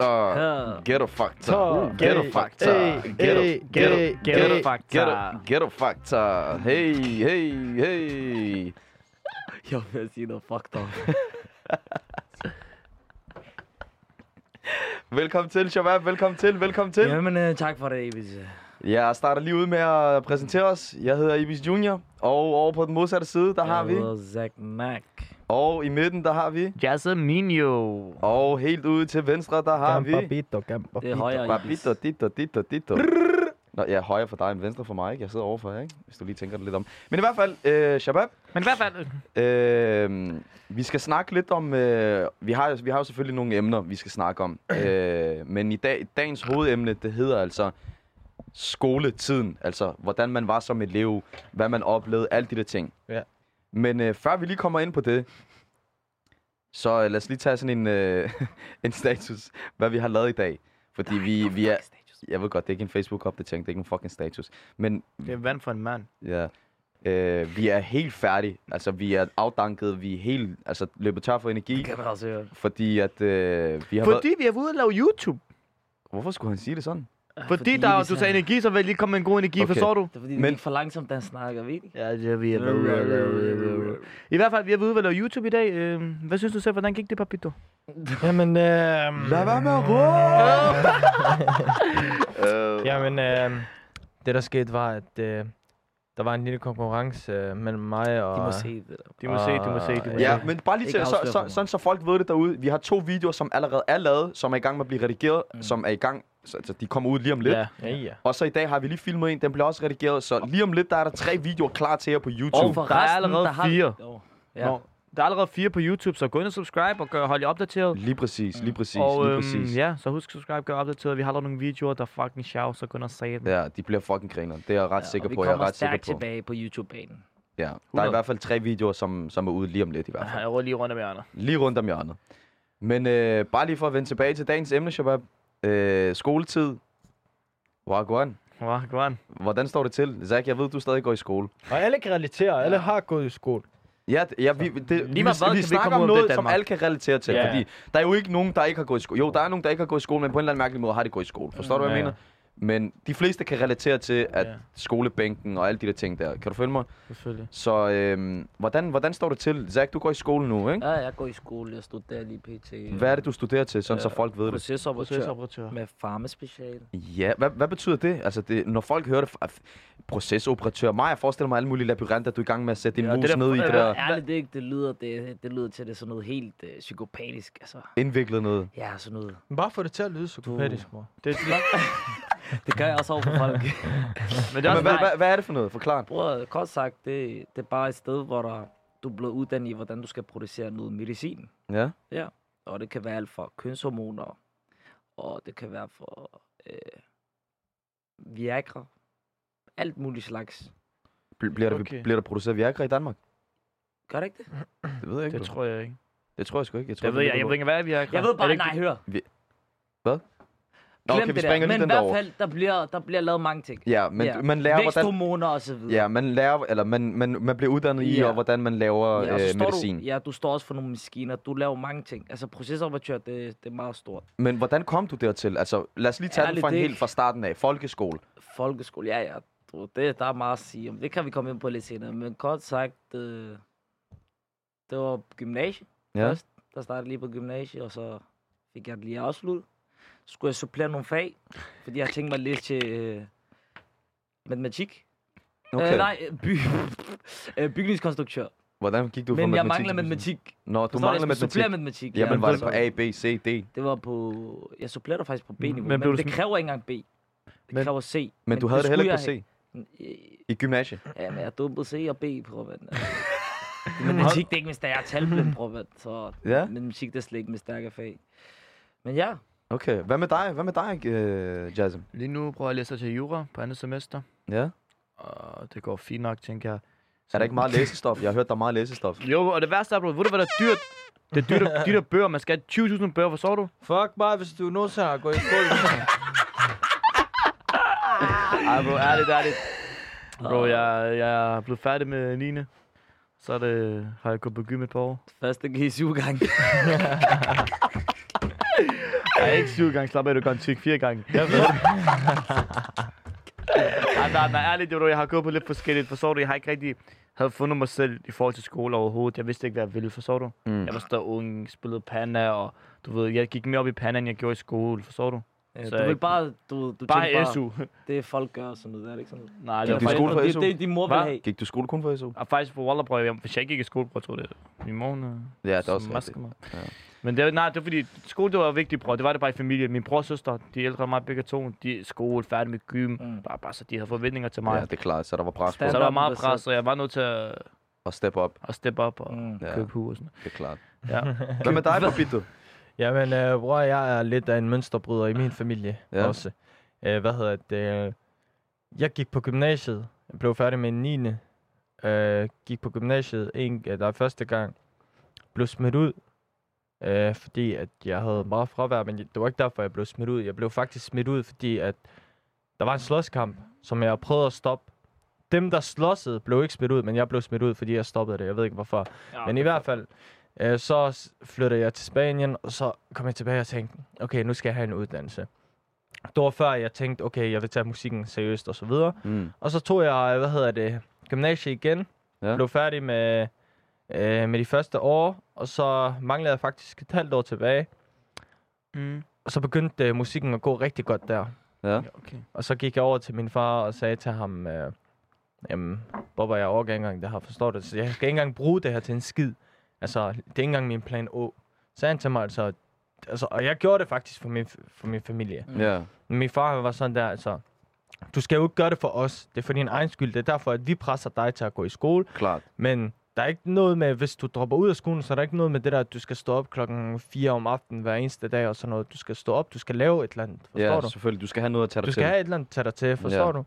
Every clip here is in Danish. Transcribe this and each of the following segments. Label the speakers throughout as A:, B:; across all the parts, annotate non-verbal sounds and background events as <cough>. A: Uh, get a
B: Huh.
A: factor. Get a
B: Hey,
A: factor.
B: hey,
A: Get
B: hey,
A: a get
B: hey,
A: a get
B: hey.
A: a factor. Get a get a factor. Hey, hey, hey.
B: Jeg vil sige noget fuck dog.
A: Velkommen til, Shabab. Velkommen til. Velkommen til.
B: Jamen, øh, tak for det, Ibis.
A: Jeg starter lige ud med at præsentere os. Jeg hedder Ibis Junior, og over på den modsatte side, der har vi.
B: Jeg hedder Zack Mac.
A: Og i midten, der har vi.
C: Jasminio.
A: Og helt ude til venstre, der har vi.
D: Gambabito, gambabito.
B: Det er højere, Ibis.
A: Babito, ditto, ditto, ditto. Nå, jeg er højre for dig end venstre for mig, ikke? Jeg sidder over for jer, ikke? Hvis du lige tænker det lidt om. Men i hvert fald, øh, Shabab,
C: Men i hvert fald...
A: øh, vi skal snakke lidt om... Øh, vi, har, vi har jo selvfølgelig nogle emner, vi skal snakke om. Øh, men i dag, dagens hovedemne, det hedder altså skoletiden. Altså, hvordan man var som elev, hvad man oplevede, alle de der ting.
D: Ja.
A: Men øh, før vi lige kommer ind på det, så øh, lad os lige tage sådan en, øh, <laughs> en status, hvad vi har lavet i dag. Fordi vi, vi er... Jeg ved godt, det er ikke en Facebook-opdatering, det er ikke en fucking status. Men
C: Det er vand for en mand.
A: Ja. Øh, vi er helt færdige. Altså, vi er afdanket. Vi er helt, altså, løbet tør for energi.
B: Det kan man også høre.
A: Fordi at øh, vi har været...
C: Fordi vi er ude og lave YouTube.
A: Hvorfor skulle han sige det sådan?
C: Fordi, Fordi der,
B: Ibis
C: du tager
B: er-
C: energi, så vil jeg lige komme med en god energi,
A: Okay.
C: okay. forstår du?
B: Det er fordi,
A: Men-
B: det er for langsomt, da han snakker, ved I ikke?
C: Ja, det er vi. I hvert fald, vi er ude og lave YouTube i dag. Øhm, Hvad synes du selv, hvordan gik det, Papito?
D: Jamen, øh,
A: Lad være med at råbe! øh,
D: jamen øh, det der skete var, at øh, der var en lille konkurrence øh, mellem mig og...
B: De må se det der.
C: De må se, de må se, de må
A: Ah, Ja,
C: se.
A: men bare lige til,
B: Ikke
A: så,
B: afsløre for
A: så,
B: meget.
A: sådan så folk ved det derude. Vi har to videoer, som allerede er lavet, som er i gang med at blive redigeret, mm. som er i gang, så, altså, de kommer ud lige om lidt.
D: Ja, ja, ja.
A: Og så i dag har vi lige filmet en, den bliver også redigeret, så lige om lidt, der er der tre videoer klar til jer på YouTube.
B: Og for
C: der er
B: resten,
C: allerede
B: der har...
C: fire.
B: Jo.
C: Ja.
B: Ja.
C: Nå, der er allerede fire på YouTube, så gå ind og subscribe og gør, hold jer opdateret.
A: Lige præcis, lige præcis,
C: og øhm,
A: lige præcis.
C: ja, så husk subscribe, gør opdateret. Vi har lavet nogle videoer, der er fucking sjov, så gå ind og se dem.
A: Ja, de bliver fucking griner. Det er jeg ret ja, sikker
B: og vi
A: på. Jeg er
B: kommer
A: ret sikker
B: stærkt
A: på.
B: tilbage på YouTube-banen.
A: Ja. Der er
C: 100.
A: i hvert fald tre videoer, som, som er ude lige om lidt i hvert fald.
C: Jeg ruller lige rundt om hjørnet.
A: Lige rundt om hjørnet. Men øh, bare lige for at vende tilbage til dagens emne, Shabab. Øh, skoletid. Wagwan.
C: Wow, go on.
A: Hvordan står det til? Zach, jeg ved, du stadig går i skole.
D: Og alle kan relatere, alle har gået i skole.
A: Ja, d- ja vi, det, vi,
C: meget hvad kan vi
A: snakker
C: komme
A: om
C: ud af
A: noget,
C: det,
A: som
C: Danmark?
A: alle kan relatere til.
D: Ja.
A: Fordi der er jo ikke nogen, der ikke har gået i skole. Jo, der er nogen, der ikke har gået i skole, men på en eller anden mærkelig måde har de gået i skole. Forstår du, hvad jeg
D: Ja.
A: mener? Men de fleste kan relatere til, at
C: Ja.
A: skolebænken og alle de der ting der. Kan du følge mig?
C: Selvfølgelig.
A: Så øhm, hvordan, hvordan står det til? Zach, du går i skole nu, ikke?
B: Ja, jeg går i skole, jeg studerer lige pt.
A: Hvad er det, du studerer til, sådan så
B: Øh,
A: folk ved det?
B: Procesoperatør
C: Procesoperatør.
B: med farmespecial.
A: Ja, hvad, hvad betyder det? Altså, det, når folk hører det, f- procesoperatør, mig, jeg forestiller mig alle mulige labyrinter, du er i gang med at sætte din
C: Ja,
A: ja,
C: det
A: mus
C: der-
A: ned i, det
C: øh,
A: der
B: Ærligt, det, er ikke- det, lyder, det, det lyder til, at det er sådan noget helt øh, psykopatisk. Altså,
A: indviklet noget.
B: ja, sådan noget.
D: Men bare få det til at lyde psykopatisk, mor.
C: Det,
B: Det gør jeg også over for <laughs> folk.
C: men det er
A: Ja, men hvad,
C: også
B: nej.
A: hvad, hvad er det for noget? Forklar.
B: Bror, kort sagt, det, det er bare et sted, hvor der, du bliver uddannet i, hvordan du skal producere noget medicin.
A: Ja.
B: Og det kan være alt fra kønshormoner, og det kan være for øh, Viagra. Alt muligt slags.
A: Bl- Bliver, der,
C: Okay.
A: bliver der produceret Viagra i Danmark?
B: Gør det ikke det?
A: Det ved jeg ikke.
C: det
A: Det,
C: tror jeg ikke.
A: det tror jeg sgu ikke. Jeg tror,
C: Jeg ved,
A: det
C: jeg, jeg ved
A: ved
C: ikke, hvad vi har
B: Jeg ved bare, nej,
C: Det,
B: hør.
A: Nå,
B: Glem
A: okay, vi
B: det der.
A: springer lige
B: Men i
A: den
B: hvert
A: derover.
B: fald, der bliver, der bliver lavet mange ting.
A: Ja, men
B: Ja.
A: man lærer, hvordan...
B: Væksthormoner og så videre.
A: Ja, man lærer, eller man, man, man bliver uddannet i,
B: Ja.
A: og hvordan man laver
B: og så
A: øh,
B: står
A: medicin.
B: Du, ja, du står også for nogle maskiner. Du laver mange ting. Altså, procesoperatør, det, det er meget stort.
A: Men hvordan kom du dertil? Altså, lad os lige tage den
B: Ærligt,
A: fra, en
B: det Øh, er
A: helt
B: ikke-
A: fra starten af. Folkeskole.
B: Folkeskole, ja, ja. Du, det, der er meget at sige om. Det kan vi komme ind på lidt senere. Men kort sagt, øh, det var gymnasiet
A: Ja.
B: først. Der startede lige på gymnasiet, og så fik jeg det lige afsluttet. Så skulle jeg supplere nogle fag, fordi jeg tænkte mig lidt til øh, matematik.
A: Okay.
B: Øh, nej, øh, by, <laughs> øh, bygningskonstruktør.
A: Hvordan gik du fra
B: Men jeg
A: matematik?
B: mangler
A: til
B: matematik.
A: Nå, du
B: Forstår jeg
A: mangler
B: skulle
A: matematik.
B: supplere matematik.
A: Jamen, var det
B: så-
A: på A, B, C, D?
B: Det var på... Jeg supplerede faktisk på B-niveau,
C: Men
B: men,
C: blev
B: men
C: du
B: det
C: smidt-
B: kræver ikke engang B. Det
D: Men-
B: men, kræver C. Men,
A: Men, du havde det heller ikke på
B: skulle
A: C i gymnasiet.
B: jeg have. Ja, men jeg dumpede C og B, prøv at vente. Matematik, det er ikke min stærke talblind, prøv at vente. Så
A: Ja.
B: matematik, det er slet ikke min stærke fag. Men ja,
A: Okay, hvad med dig? Hvad med dig, øh, Jasm?
C: Lige nu prøver jeg at læse til jura på andet semester.
A: Ja?
C: Og det går fint nok, tænker jeg.
A: Er der ikke <laughs> meget læsestof? Jeg har hørt, der er meget læsestof.
C: Jo, og det værste er, bro, ved du, hvad der er dyrt? Det er dyrt, at- de der bøger. Man skal have 20.000 bøger, forstår du?
D: Fuck mig, hvis du nogensinde har gået i skole. <laughs>
C: Ej, bro, ærligt, ærligt. Bro, jeg, jeg er blevet færdig med 9. Så er det, har jeg gået på gym et par år.
B: første G7 gang.
C: Ej, ikke syv gange. Slap af, du kan tyk fire gange. Jeg ved <laughs> Ej, nej, nej, ærligt, bro, jeg har gået på lidt forskelligt. Forstår du, jeg har ikke rigtig havde fundet mig selv i forhold til skole overhovedet. Jeg vidste ikke, hvad jeg ville, forstår du?
A: Mm.
C: Jeg var stadig ung, spillede panda, og du ved, jeg gik mere op i panda, end jeg gjorde i skole, forstår du?
B: Øh,
C: Så
B: du vil
C: ikke-
B: bare, du, du
C: Bare
B: tænker
C: SU.
B: det folk gør og sådan noget, er det ikke sådan?
C: nej,
A: Gik
C: det var
A: du i
C: faktisk...
A: skole for
B: det,
A: SU?
B: det, det, din mor vil
C: Hva?
B: have.
A: Gik du i skole kun for SU?
C: Og faktisk på Wallerbrød, jeg- hvis jeg ikke gik i skole, bror, tror jeg, det min mor, hun, øh,
A: Ja, det er også
C: smaskede
A: rigtigt.
C: mig.
A: Ja.
C: Men det, var- nej, det var fordi, skole det var vigtigt, bror. Det var det bare i familien. Min bror og søster, de er ældre end mig begge to, de er i skole, færdige med gym.
B: Mm.
C: Bare, bare så de havde forventninger til mig.
A: Ja, det er klart, så der var pres på.
B: Stand-
C: Så der var meget
B: Standarden var
C: pres, og jeg var nødt til at,
A: Og step up,
C: at steppe op og
B: Mm.
A: Ja.
C: ja. købe hus og sådan
A: det er klart. <laughs>
C: Ja.
A: Hvad med dig, Papito?
D: Jamen, øh, bror, jeg er lidt af en mønsterbryder i min familie
A: Ja.
D: ja. også. Øh, hvad hedder det? Øh, jeg gik på gymnasiet. Jeg blev færdig med 9. Øh, gik på gymnasiet en, øh, der er første gang. Blev smidt ud, øh, fordi at jeg havde meget fravær, men det var ikke derfor, jeg blev smidt ud. Jeg blev faktisk smidt ud, fordi at der var en slåskamp, som jeg prøvede at stoppe. Dem, der slåssede, blev ikke smidt ud, men jeg blev smidt ud, fordi jeg stoppede det. Jeg ved ikke, hvorfor.
C: Ja,
D: Men i hvert fald, øh, så s- flyttede jeg til Spanien, og så kom jeg tilbage og tænkte, okay, nu skal jeg have en uddannelse. Det var før, jeg tænkte, okay, jeg vil tage musikken seriøst og så videre.
A: Mm.
D: Og så tog jeg, øh, hvad hedder det, gymnasiet igen.
A: Ja.
D: Ja. Blev færdig med, øh, med de første år, og så manglede jeg faktisk et halvt år tilbage.
C: Mm.
D: Og så begyndte øh, musikken at gå rigtig godt der.
A: Ja.
C: Ja, okay.
D: Og så gik jeg over til min far og sagde til ham, øh, jamen, Bobber, jeg overgår ikke engang det her, forstår du? Så jeg skal ikke engang bruge det her til en skid. Altså, det er ikke engang min plan Å. Så sagde han til mig, altså, altså, og jeg gjorde det faktisk for min, for min familie.
A: Ja,
D: Men min far han var sådan der, altså, du skal jo ikke gøre det for os. Det er for din egen skyld. Det er derfor, at vi presser dig til at gå i skole.
A: klart.
D: Men der er ikke noget med, hvis du dropper ud af skolen, så er der ikke noget med det der, at du skal stå op klokken 4 om aftenen hver eneste dag og sådan noget. Du skal stå op, du skal lave et eller andet. Forstår
A: Ja,
D: du?
A: selvfølgelig. Du skal have noget at tage
D: Du
A: dig til.
D: skal have et eller andet at tage dig til,
A: Ja.
D: forstår du?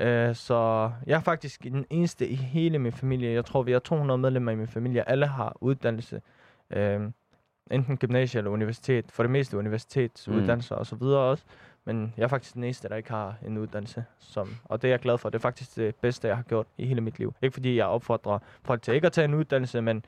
D: Øh, så jeg er faktisk den eneste i hele min familie. Jeg tror, vi er 200 medlemmer i min familie. Alle har uddannelse. Øh, enten gymnasie eller universitet. For det meste universitetsuddannelser mm. og så videre også. Men jeg er faktisk den eneste, der ikke har en uddannelse. Som, og det er jeg glad for. Det er faktisk det bedste, jeg har gjort i hele mit liv. Ikke fordi jeg opfordrer folk til ikke at tage en uddannelse, men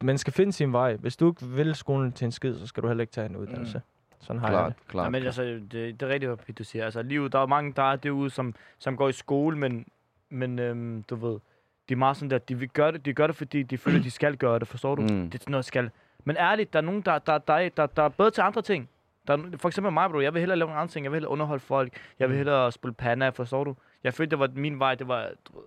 D: man skal finde sin vej. Hvis du ikke vil skolen til en skid, så skal du heller ikke tage en uddannelse. Sådan har jeg
A: Mm. Klart,
D: det.
A: klart.
C: Ja, men altså, det, det er rigtigt, hvad du siger. Altså, livet, der er mange, der er derude, som, som går i skole, men, men øhm, du ved, de er meget sådan der, de, vil gøre det, de gør det, fordi de føler, de skal gøre det, forstår du?
A: Mm.
C: Mm. Det er sådan noget, skal. Men ærligt, der er nogen, der, der, der, er- der, der er bedre til andre ting. Der, er- for eksempel mig, bro. Jeg vil hellere lave nogle andre ting. Jeg vil hellere underholde folk. Jeg vil hellere spille panda, forstår du? Jeg følte, det var min vej. Det var du ved,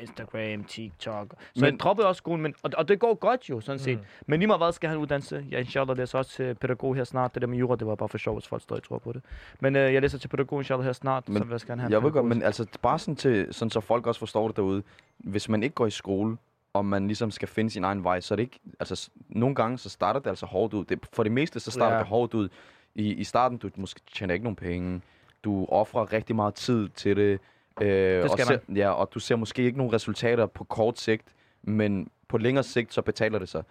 C: Instagram, TikTok. Så
A: Men-
C: men,
A: Mm.
C: jeg droppede også skolen, men, og, og det går godt jo, sådan set. Men lige meget hvad skal han uddannelse? Jeg inshallah læser også til pædagog her snart. Det der med jura, det var bare for sjov, hvis folk stadig tror på det. Men øh, jeg læser til pædagog inshallah her snart,
A: Men
C: så hvad skal han have? en
A: Jeg ved godt,
C: pædagog?
A: men altså bare sådan, til, sådan så folk også forstår det derude. Hvis man ikke går i skole, og man ligesom skal finde sin egen vej, så er det ikke... Altså, s- nogle gange, så starter det altså hårdt ud. Det, for det meste, så starter ja.
C: Ja.
A: det hårdt ud. I, I starten, du måske tjener ikke nogen penge. Du offrer rigtig meget tid til det. Øh, det og
C: skal
A: ser, Ja, og du ser måske ikke nogen resultater på kort sigt, men på længere sigt, så betaler det sig.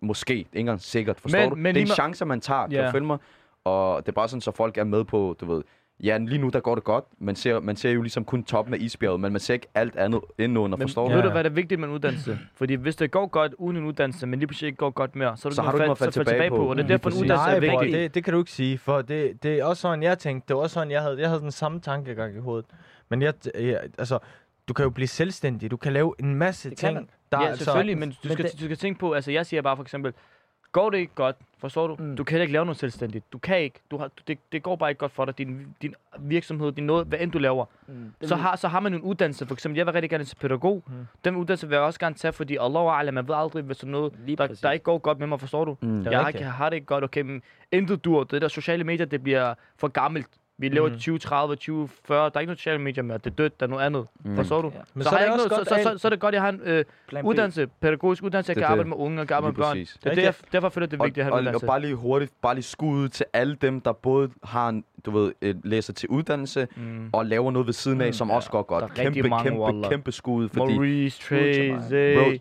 A: Måske. Det er ikke engang sikkert, forstår
C: Men-
A: du?
C: men
A: det er
C: lige
A: en
C: med-
A: chance, man tager, kan
C: Ja.
A: du følge mig? Og det er bare sådan, så folk er med på, du ved, ja, lige nu der går det godt, man ser, man ser jo ligesom kun toppen af isbjerget, men man ser ikke alt andet indenunder,
C: men
A: forstår
D: Ja.
A: du?
C: ved du, hvad der er vigtigt med en uddannelse? Fordi hvis det går godt uden en uddannelse, men lige pludselig ikke går godt mere, så, er
A: Så har du ikke noget at falde tilbage på.
C: Og det er
A: Lige
C: derfor, en
A: præcis.
C: uddannelse er
D: Nej, bror,
C: vigtig.
D: det, det kan du ikke sige, for det, det er også sådan, jeg tænkte. Det var også sådan, jeg havde, jeg havde den samme tankegang i hovedet. Men jeg, jeg, altså, du kan jo blive selvstændig. Du kan lave en masse
B: Det kan
D: ting.
B: man.
D: Der,
C: ja, selvfølgelig, men, du,
D: Altså, men
C: skal,
D: det-
C: du skal tænke på, altså jeg siger bare for eksempel, går det ikke godt, forstår du?
B: Mm.
C: Mm. Du kan heller ikke lave noget selvstændigt. Du kan ikke. Du har, du- det, det går bare ikke godt for dig. Din, din virksomhed, din noget, hvad end du laver.
B: Mm, det
C: Så
B: vil-
C: har, så har man en uddannelse. For eksempel, jeg vil rigtig gerne til pædagog.
D: Mm.
C: Mm. Den uddannelse vil jeg også gerne tage, fordi Allah alam, man ved aldrig, hvis der er noget,
B: Lige
C: der,
B: præcis.
C: der ikke går godt med mig, forstår du?
A: Mm.
C: Jeg har,
D: rigtigt.
C: ikke, jeg har det ikke godt, okay, men intet dur. Det der sociale medier, det bliver for gammelt. Vi lever
D: Mhm.
C: 20, 30, 20, 40. Der er ikke noget sociale medier mere. Det er dødt, der er noget andet.
A: Mm.
C: Forstår du?
B: Ja.
D: Men
C: så,
D: så
C: har
D: er
C: jeg ikke
D: det også
C: noget, så,
D: godt,
C: så, så, så er det godt, at jeg har en øh,
B: Plan B.
C: uddannelse, pædagogisk uddannelse, jeg
A: Det er
C: kan
A: det.
C: arbejde med unge og kan arbejde med
A: Lige
C: børn.
A: præcis.
C: Det er
D: Rigtigt.
C: derfor, derfor føler jeg, det er vigtigt at have en
A: og, og, og
C: uddannelse.
A: bare lige hurtigt, bare lige skud til alle dem, der både har en, du ved, øh, læser til uddannelse,
C: Mm.
A: og laver noget ved siden af,
C: Mm,
A: som
C: ja.
A: også går
C: Der
A: godt.
C: er
A: Kæmpe,
C: rigtig mange,
A: kæmpe,
C: wallah.
A: kæmpe skud, fordi,
C: Maurice,
B: Skud til
C: Tracy,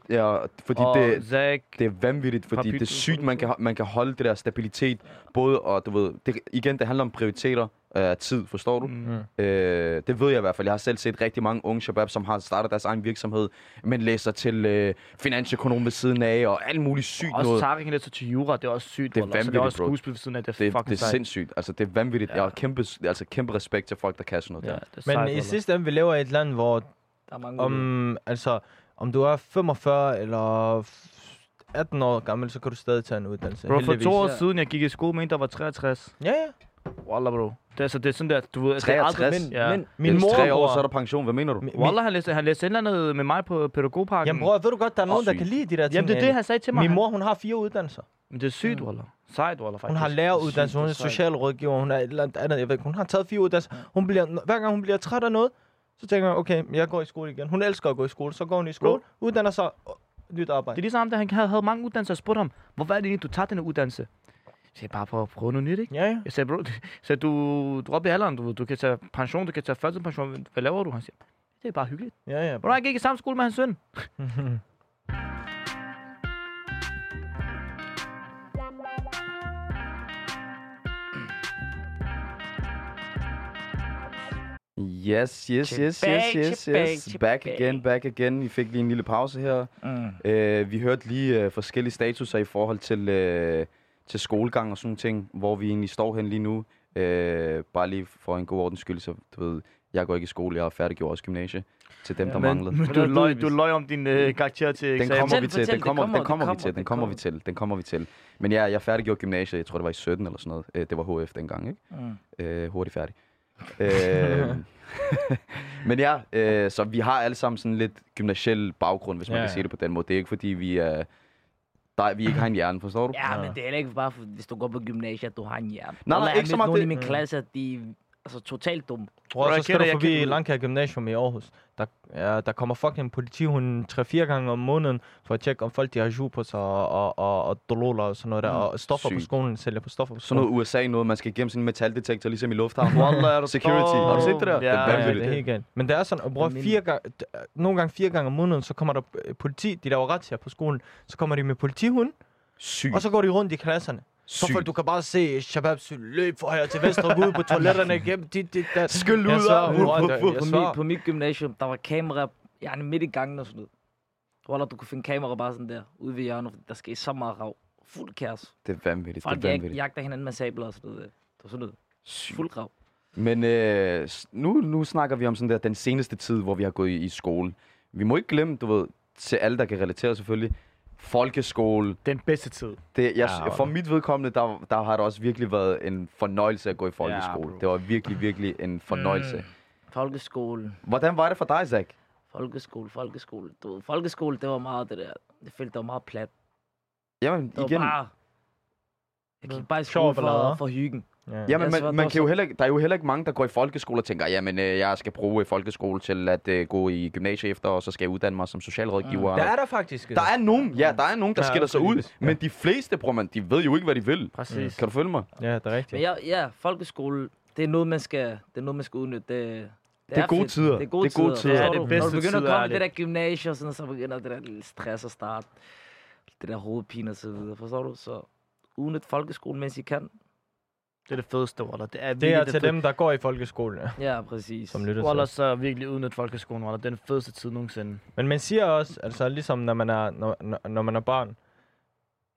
A: bro, ja, fordi
C: og
A: det,
C: Zach.
A: Det er vanvittigt, fordi
C: Papito,
A: det er sygt,
C: tror
A: man
C: du
A: kan, man kan holde det der stabilitet. Både, og du ved, det, igen, det handler om prioriteter. øh, af tid, forstår du?
C: Mm.
D: Mm.
A: Øh, det ved jeg i hvert fald. Jeg har selv set rigtig mange unge shabab, som har startet deres egen virksomhed, men læser til øh, finansøkonom ved siden af og alt muligt sygt
C: Også
A: noget.
C: Tarek læser til jura, det er også sygt.
A: Det er
C: wallah. Så det er
A: vanvittigt,
C: også
A: bro.
C: skuespil ved siden af, det er
A: Det,
C: fucking
A: det er
C: sejt.
A: sindssygt. Altså, det er vanvittigt.
C: Ja.
A: Ja. Jeg har kæmpe, altså, kæmpe respekt til folk, der kan sådan noget ja.
C: Ja,
A: der.
C: det er
D: Men
C: sejt,
D: i
C: wallah.
D: sidste ende, vi lever i et land, hvor
B: Der er
C: Mm.
B: mange muligheder.
D: om, altså, om du er 45 eller 18 år gammel, så kan du stadig tage en uddannelse.
C: Bro, for to år
B: Ja.
C: siden, jeg gik i skole med en, der var 63.
D: Ja, ja.
C: Wallah, bro. Det, er altså, det er sådan der, du ved... altså, det er aldrig-
A: 63?
B: Men,
C: Ja.
B: men
D: Min
A: Det er
D: mor,
A: Tre år,
D: bror.
A: så er der pension. Hvad mener du?
D: Mi- mi-
C: Wallah, han læste, han læste et eller andet med mig på pædagogparken.
D: Jamen bror, ved du godt, der er nogen, der
A: Sygt.
D: kan lide de der ting.
C: Jamen, det er det, han sagde til mig.
D: Min mor, hun har fire uddannelser.
C: Men det er sygt, Waller. Sejt, Waller, faktisk.
D: Hun har læreruddannelse,
B: Sygt,
D: hun er
B: det er sejt.
D: socialrådgiver, hun er et eller andet andet, jeg ved ikke. Hun har taget fire uddannelser. Hun bliver, hver gang hun bliver træt af noget, så tænker jeg, okay, jeg går i skole igen. Hun elsker at gå i skole, så går hun i skole, uddanner sig, og nyt
C: Det er
D: arbejde.
C: ligesom ham, der han havde, havde mange uddannelser, og spurgte ham, hvorfor er det egentlig, du tager den her uddannelse? Jeg sagde, bare for at prøve noget nyt, ikke?
D: Ja, ja.
C: Jeg sagde, bro, <laughs> så du, du er oppe i alderen, du, du kan tage pension, du kan tage førtidspension, hvad laver du? Han siger, det er bare hyggeligt.
D: Ja, ja.
C: Bro, han gik i samme skole med hans søn.
A: Yes, yes, yes, yes,
B: Tilbage,
A: yes,
B: tilbage,
A: yes. Back
B: tilbage.
A: again, back again. Vi fik lige en lille pause her.
B: mm.
A: Øh, vi hørte lige øh, forskellige statuser i forhold til, øh, til skolegang og sådan nogle ting, hvor vi egentlig står hen lige nu. Øh, bare lige for en god ordens skyld, så du ved, jeg går ikke i skole, jeg har færdiggjort også gymnasie til dem, ja, der manglede.
C: Men du løg, du løg om din øh, karakter til
A: Den
C: eksamen.
A: kommer
B: Fortæl,
A: vi til,
B: fortæl,
A: den
B: det
A: kommer, den kommer vi
B: kommer,
A: til, den
B: det
A: kommer vi
B: kommer.
A: til, den kommer vi til. Men ja, jeg færdiggjorde gymnasiet, jeg tror det var i 17 eller sådan noget. Øh, Det var HF dengang, ikke?
B: Mm.
A: øh, hurtigt færdig. øh, <laughs> men ja, øh, så vi har alle sammen sådan lidt gymnasiel baggrund, hvis man
D: Ja,
A: ja,
D: ja.
A: kan sige det på den måde. Det er ikke fordi, vi, er, der, vi ikke har en hjerne, forstår du?
B: Ja,
D: Ja.
B: men det er heller ikke bare, for, hvis du går på gymnasiet, at du har en hjerne.
A: nej,
B: Wallah, jeg
A: ikke så
B: mødte
A: meget
B: nogen
A: det-
B: i min
D: Mm.
B: klasse, at de er altså, totalt dumme.
D: Bror, så
C: jeg
D: skal
C: kender-
D: du
C: jeg
D: forbi
C: kender-
D: Langkær Gymnasium i Aarhus. Der, ja, der kommer fucking politihunden 3-4 gange om måneden for at tjekke, om folk de har jus på sig og, og, og, og dololer og sådan noget
C: Mm.
D: der. Og stoffer på
A: sygt.
D: skolen, sælger på stoffer på
A: Sådan
D: skolen.
A: noget USA noget, man skal igennem sådan en metaldetektor, ligesom i lufthavnen.
C: Wallah, er du
A: Security. Har du set det der?
C: Ja,
A: Det er
C: ja,
D: Ja, ja,
A: vanvittigt.
D: det er helt galt. Men det er sådan, og bror,
B: Men-
D: fire gange, d- nogle gange fire gange om måneden, så kommer der øh, politi, de laver retsjer på skolen, så kommer de med politihunden,
A: Sygt.
D: og så går de rundt i klasserne. Så folk,
A: Sygt.
D: du kan bare se Shabab sy- løb fra højre til venstre, gå ud
A: <laughs>
D: på toiletterne, gennem dit, dit, dat.
A: Skyld ud
D: Jeg svarer,
A: af- Wup,
D: bror,
A: wup,
D: der-
A: wup.
D: jeg
B: På,
D: svarer.
B: mit, på mit gymnasium, der var kamera yani midt i gangen og sådan noget. Wallah, du kunne finde kamera bare sådan der, ude ved hjørnet, fordi der skete så meget rav. Fuld kaos.
A: Det er vanvittigt.
B: Folk
A: det er
B: jag,
A: vanvittigt.
B: jagter hinanden med sabler og sådan noget. Det var sådan noget.
A: Sygt.
B: Fuld rav.
A: Men øh, s- nu, nu snakker vi om sådan der den seneste tid, hvor vi har gået i, i skole. Vi må ikke glemme, du ved, til alle, der kan relatere selvfølgelig, folkeskole.
C: Den bedste tid.
A: Det, jeg,
D: Ja,
A: ja, for mit vedkommende, der, der har det også virkelig været en fornøjelse at gå i folkeskole.
C: bro.
A: det var virkelig, virkelig en fornøjelse.
B: Mm. Folkeskole.
A: Hvordan var det for dig, Zach?
B: Folkeskole, folkeskole. Du ved, folkeskole, det var meget det der. Jeg følte, det var meget plat.
A: Jamen,
B: Det var
A: igen,
B: bare... Jeg gik bare i
D: Sjov
B: skole for,
D: ballade.
B: for hyggen.
D: Ja.
A: Jamen,
B: Ja, så var
A: man,
B: det
A: man
B: også
A: kan jo
B: sådan.
A: heller, ikke- der er jo heller ikke mange, der går i folkeskole og tænker, jamen, øh, jeg skal bruge øh, folkeskole til at øh, gå i gymnasiet efter, og så skal jeg uddanne mig som socialrådgiver.
B: Mm.
D: Der er der faktisk.
A: der er nogen, ja, der er nogen, der
D: Ja,
A: skiller sig ud,
D: absolut. Ja.
A: men de fleste, bror, man, de ved jo ikke, hvad de vil.
C: Præcis.
A: Kan du følge mig?
D: Ja, det er
B: Men
D: rigtigt.
B: jeg, ja, folkeskole, det er noget, man skal, det er noget, man skal udnytte. Det, det,
A: Det er gode
B: fedt.
A: tider.
B: Det er gode tider.
C: Ja,
B: forstår
C: det er
B: du? Når
C: bedste
B: du begynder
C: tider,
B: at komme i det der
C: ærligt.
B: gymnasie, og sådan, så begynder det der lille stress at starte. Det der hovedpine og så videre, forstår du? Så udnyt folkeskolen, mens I kan.
C: Det er det fedeste, Waller. Det er,
D: Det er
C: virkelig
D: til
C: fedeste.
D: dem, der går i folkeskolen, ja,
B: Ja, præcis.
D: som lytter til.
C: Waller
D: os.
C: så virkelig udnytt folkeskolen, Waller. Den fedeste tid nogensinde.
D: Men man siger også, altså ligesom når man er, når, når- når man er barn,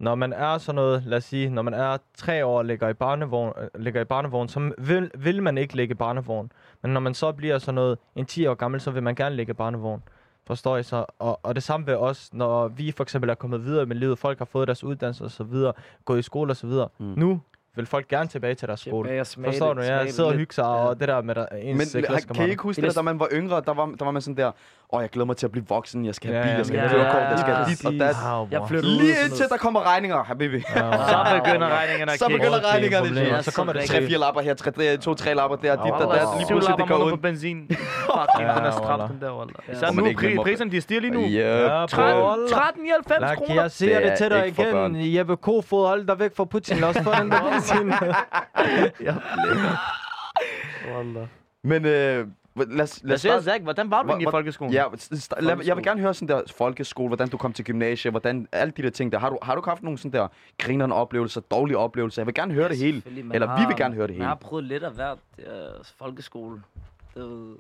D: når man er sådan noget, lad os sige, når man er tre år og ligger i barnevogn, øh, ligger i barnevogn så vil, vil man ikke ligge i barnevogn. Men når man så bliver sådan noget, en 10 år gammel, så vil man gerne ligge i barnevogn. Forstår I så? Og, og det samme ved os, når vi for eksempel er kommet videre med livet, folk har fået deres uddannelse og så videre, gået i skole og så videre. Mm.
A: Mm.
D: Nu vil folk gerne tilbage til deres skole.
B: Tilbage og smage
D: Forstår
B: det,
D: du?
B: smage
D: Ja,
B: det
D: sidder og
B: lidt.
D: hygger sig, og det der med der,
A: Men
D: ens
A: har- kan I
D: klassekammerater.
A: ikke huske
B: Det er
A: det, da man var yngre, der var, der var man sådan der, åh, jeg glæder mig til at blive voksen, jeg skal have
D: Ja,
A: bil,
D: ja,
A: jeg skal
B: men-
A: have kørekort, jeg
B: Ja,
A: skal have dit og dat.
D: Au,
B: Jeg
D: bror.
B: flytter ud.
A: Lige
B: og sådan
A: indtil der kommer regninger, <laughs> habibi.
D: Au.
C: Så
B: Ah,
C: begynder
B: Waller.
C: regningerne at
A: Så
C: kigge.
A: begynder
D: Okay,
A: regningerne,
D: problemer.
A: shit.
B: Ja,
D: Så kommer det
B: sådan
A: Tre, fire lapper her, tre, tre, to, tre lapper der, dit og
D: Wallah.
A: dat.
C: Waller,
A: Lige
C: syv
A: pludselig,
C: lapper
A: det går
C: måned på
A: ondt.
C: benzin. Fuck,
D: Ja,
C: den er
D: Waller.
C: stram, den der, Waller.
B: Ja.
C: Især
A: Hvor
C: nu,
A: man ikke
C: pri-
A: glemmer-
C: priserne, de stiger lige nu.
A: Ja,
D: Ja,
A: bro.
D: bro.
C: 13 13,99
D: Lak,
C: kroner.
D: jeg siger
A: Øh, Det
D: det,
A: er
D: til dig
A: ikke for
D: igen.
A: børn.
D: Jeppe Kofod, hold dig væk fra Putin. Lad os få
A: <laughs>
D: den der benzin.
C: Waller.
A: Men øh, lad os, lad
C: Lad
A: os starte,
C: Zach, hvordan var du
A: Hvor-
C: egentlig i
A: hvor-
C: folkeskolen?
A: Ja, s- s- lad, jeg
C: Folkeskole.
A: vil gerne høre sådan der folkeskole, hvordan du kom til gymnasiet, hvordan alle de der ting der. Har du, har du ikke haft nogle sådan der grinerende oplevelser, dårlige oplevelser? Jeg vil gerne høre det hele.
B: Selvfølgelig, man
A: Eller vi vil gerne høre det
B: Man
A: hele.
B: har prøvet lidt af hvert øh, folkeskole. Det, ved,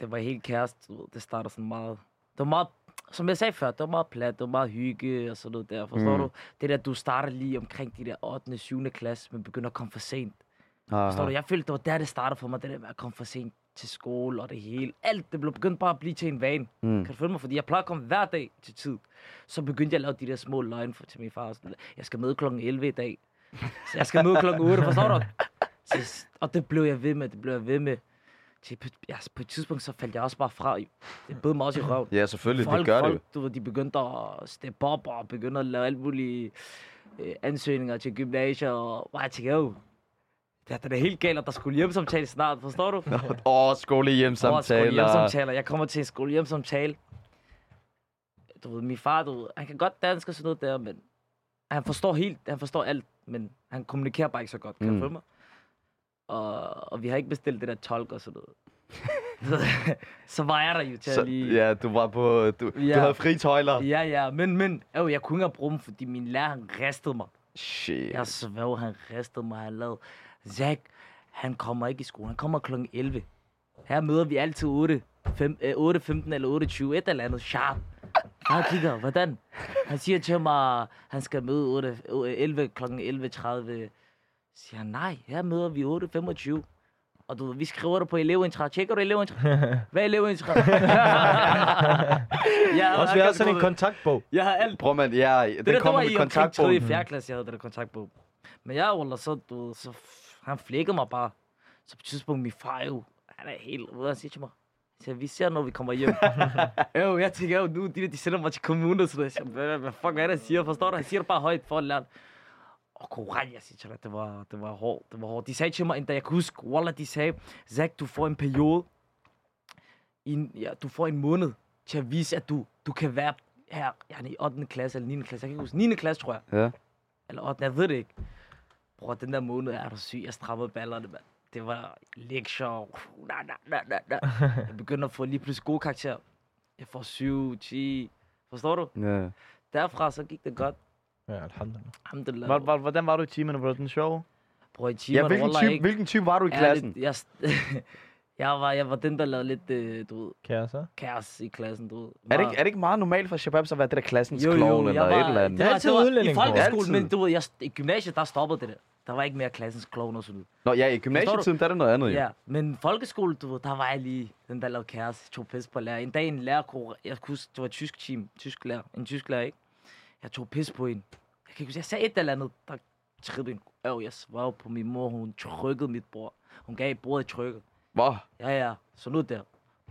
B: det var helt kæreste, du ved. Det starter sådan meget... Det var meget som jeg sagde før, det var meget plat, det var meget hygge og sådan noget der, forstår
A: Mm.
B: mm. du? Det der, du starter lige omkring de der 8. 7. klasse, men begynder at komme for sent.
A: Ah,
B: Forstår du? Jeg følte, det var der, det startede for mig, det der med at komme for sent til skole og det hele. Alt, det blev begyndt bare at blive til en vane.
A: Mm.
B: Kan du følge mig? Fordi jeg plejer at komme hver dag til tid. Så begyndte jeg at lave de der små løgne for, til min far. og Sådan, jeg skal møde klokken 11 i dag. Så jeg skal møde klokken 8, forstår du? Så, og det blev jeg ved med, det blev jeg ved med. Til, på, altså, på et tidspunkt, så faldt jeg også bare fra. Det bød mig også i røven.
A: Ja, selvfølgelig,
B: folk,
A: det gør
B: folk,
A: det jo.
B: Du ved, de begyndte at steppe op og begyndte at lave alle mulige øh, ansøgninger til gymnasier. Og hvor jeg tænkte, "Åh, det er da helt galt, at der skulle hjemmesamtale snart, forstår du?
A: Åh, skole hjem samtaler.
B: Skolehjemsamtaler. Jeg kommer til en skolehjemsamtale. Du ved, min far, du ved, han kan godt dansk og sådan noget der, men han forstår helt, han forstår alt, men han kommunikerer bare ikke så godt, kan mm.
A: Mm.
B: du følge mig? Og, og vi har ikke bestilt det der tolk og sådan noget. <laughs> så var jeg der jo til
A: Så,
B: at lige...
A: ja, du var på... Du,
B: Ja.
A: du havde fri tøjler.
B: Ja, ja, men, men, øh, jeg kunne ikke engang bruge dem, fordi min lærer, han ristede mig.
A: Shit.
B: Jeg svær, han ristede mig, han lavede. Zack, han kommer ikke i skole, han kommer kl. 11. Her møder vi altid 8, 5, øh, 8 15 eller 8, 20, et eller andet, sharp. Og Han kigger, hvordan? Han siger til mig, han skal møde 8, øh, 11 kl. 11.30. Siger han, nej, her møder vi 8.25. Og du, ved, vi skriver det på elevintra. Tjekker du elevintra?
D: <laughs>
B: Hvad er <laughs> elevintra? jeg,
D: Også vi har sådan en kontaktbog.
B: jeg har alt
A: Bror, man, ja, den
B: det
A: kommer
B: der, det var
A: med
B: i omkring
A: kontaktbogen.
B: 3. i 4. klasse, jeg havde det der kontaktbog. Men jeg, Wallah, så, du, ved, så f- han flækkede mig bare. Så på et tidspunkt, min far jo, han er helt ude, han siger til mig, han siger, vi ser, når vi kommer
A: <laughs>
B: hjem. jo, jeg tænker jo, nu, de, der, de sender mig til kommunen, og sådan noget. Jeg siger, hvad, hvad, hvad fuck er det, han siger, forstår du? Han siger det bare højt for at lære. Og koran, jeg siger til dig, det var, det var hårdt, det var hårdt. De sagde til mig endda, jeg kan huske, Wallah, de sagde, Zach, du får en periode, i en, ja, du får en måned til at vise, at du, du kan være her jeg i 8. klasse eller 9. klasse. Jeg kan ikke huske 9. klasse, tror jeg.
A: Ja.
B: Eller 8. Jeg ved det ikke. Bror, den der måned er du syg. Jeg strammede ballerne, mand. Det var lektier. Uh, Na, na, na, na,
A: <laughs>
B: na. Jeg begynder at få lige pludselig gode karakterer. Jeg får 7, 10. Forstår du?
A: Ja.
B: Derfra så gik det godt.
D: Ja, alhamdulillah.
B: Alhamdulillah.
C: Hvor- hvor- Hvordan var du i timerne? Var du den sjove?
B: Bror, i timerne,
A: ja, hvilken
B: wallah,
A: type,
B: ikke?
A: hvilken type var du i
B: Ærligt,
A: klassen?
B: Jeg, <laughs> jeg, var, jeg var den, der lavede lidt, øh, du ved,
D: Kan jeg så?
B: kaos i klassen, du ved.
A: Er det,
B: Meget-
A: ikke, er det ikke meget normalt for Shababs at være det der klassens
B: Jo, jo,
A: klovn
B: jeg
A: eller et
B: var-
A: eller andet?
D: Det er
B: var-
D: altid
B: det var-
D: udlændinge,
B: I
D: bror.
B: folkeskolen,
A: Altid.
B: men du ved, jeg, i gymnasiet, der stoppede det der. Der var ikke mere klassens klovn og sådan noget.
A: Nå, ja, i gymnasietiden, der er det noget andet, jo.
B: Ja, men folkeskole, du ved, der var jeg lige den, der lavede kæreste, tog pis på lærer. En dag en lærer, kunne- jeg kunne huske, det var tysk team, tysk lærer, en tysk lærer, ikke? Jeg tog pis på hende. Jeg kan ikke huske, jeg sagde et eller andet, der trillede en øv, jeg svarede på min mor, hun trykkede mit bror. Hun gav bordet et trykket.
A: Hvor?
B: Ja, ja, så nu der.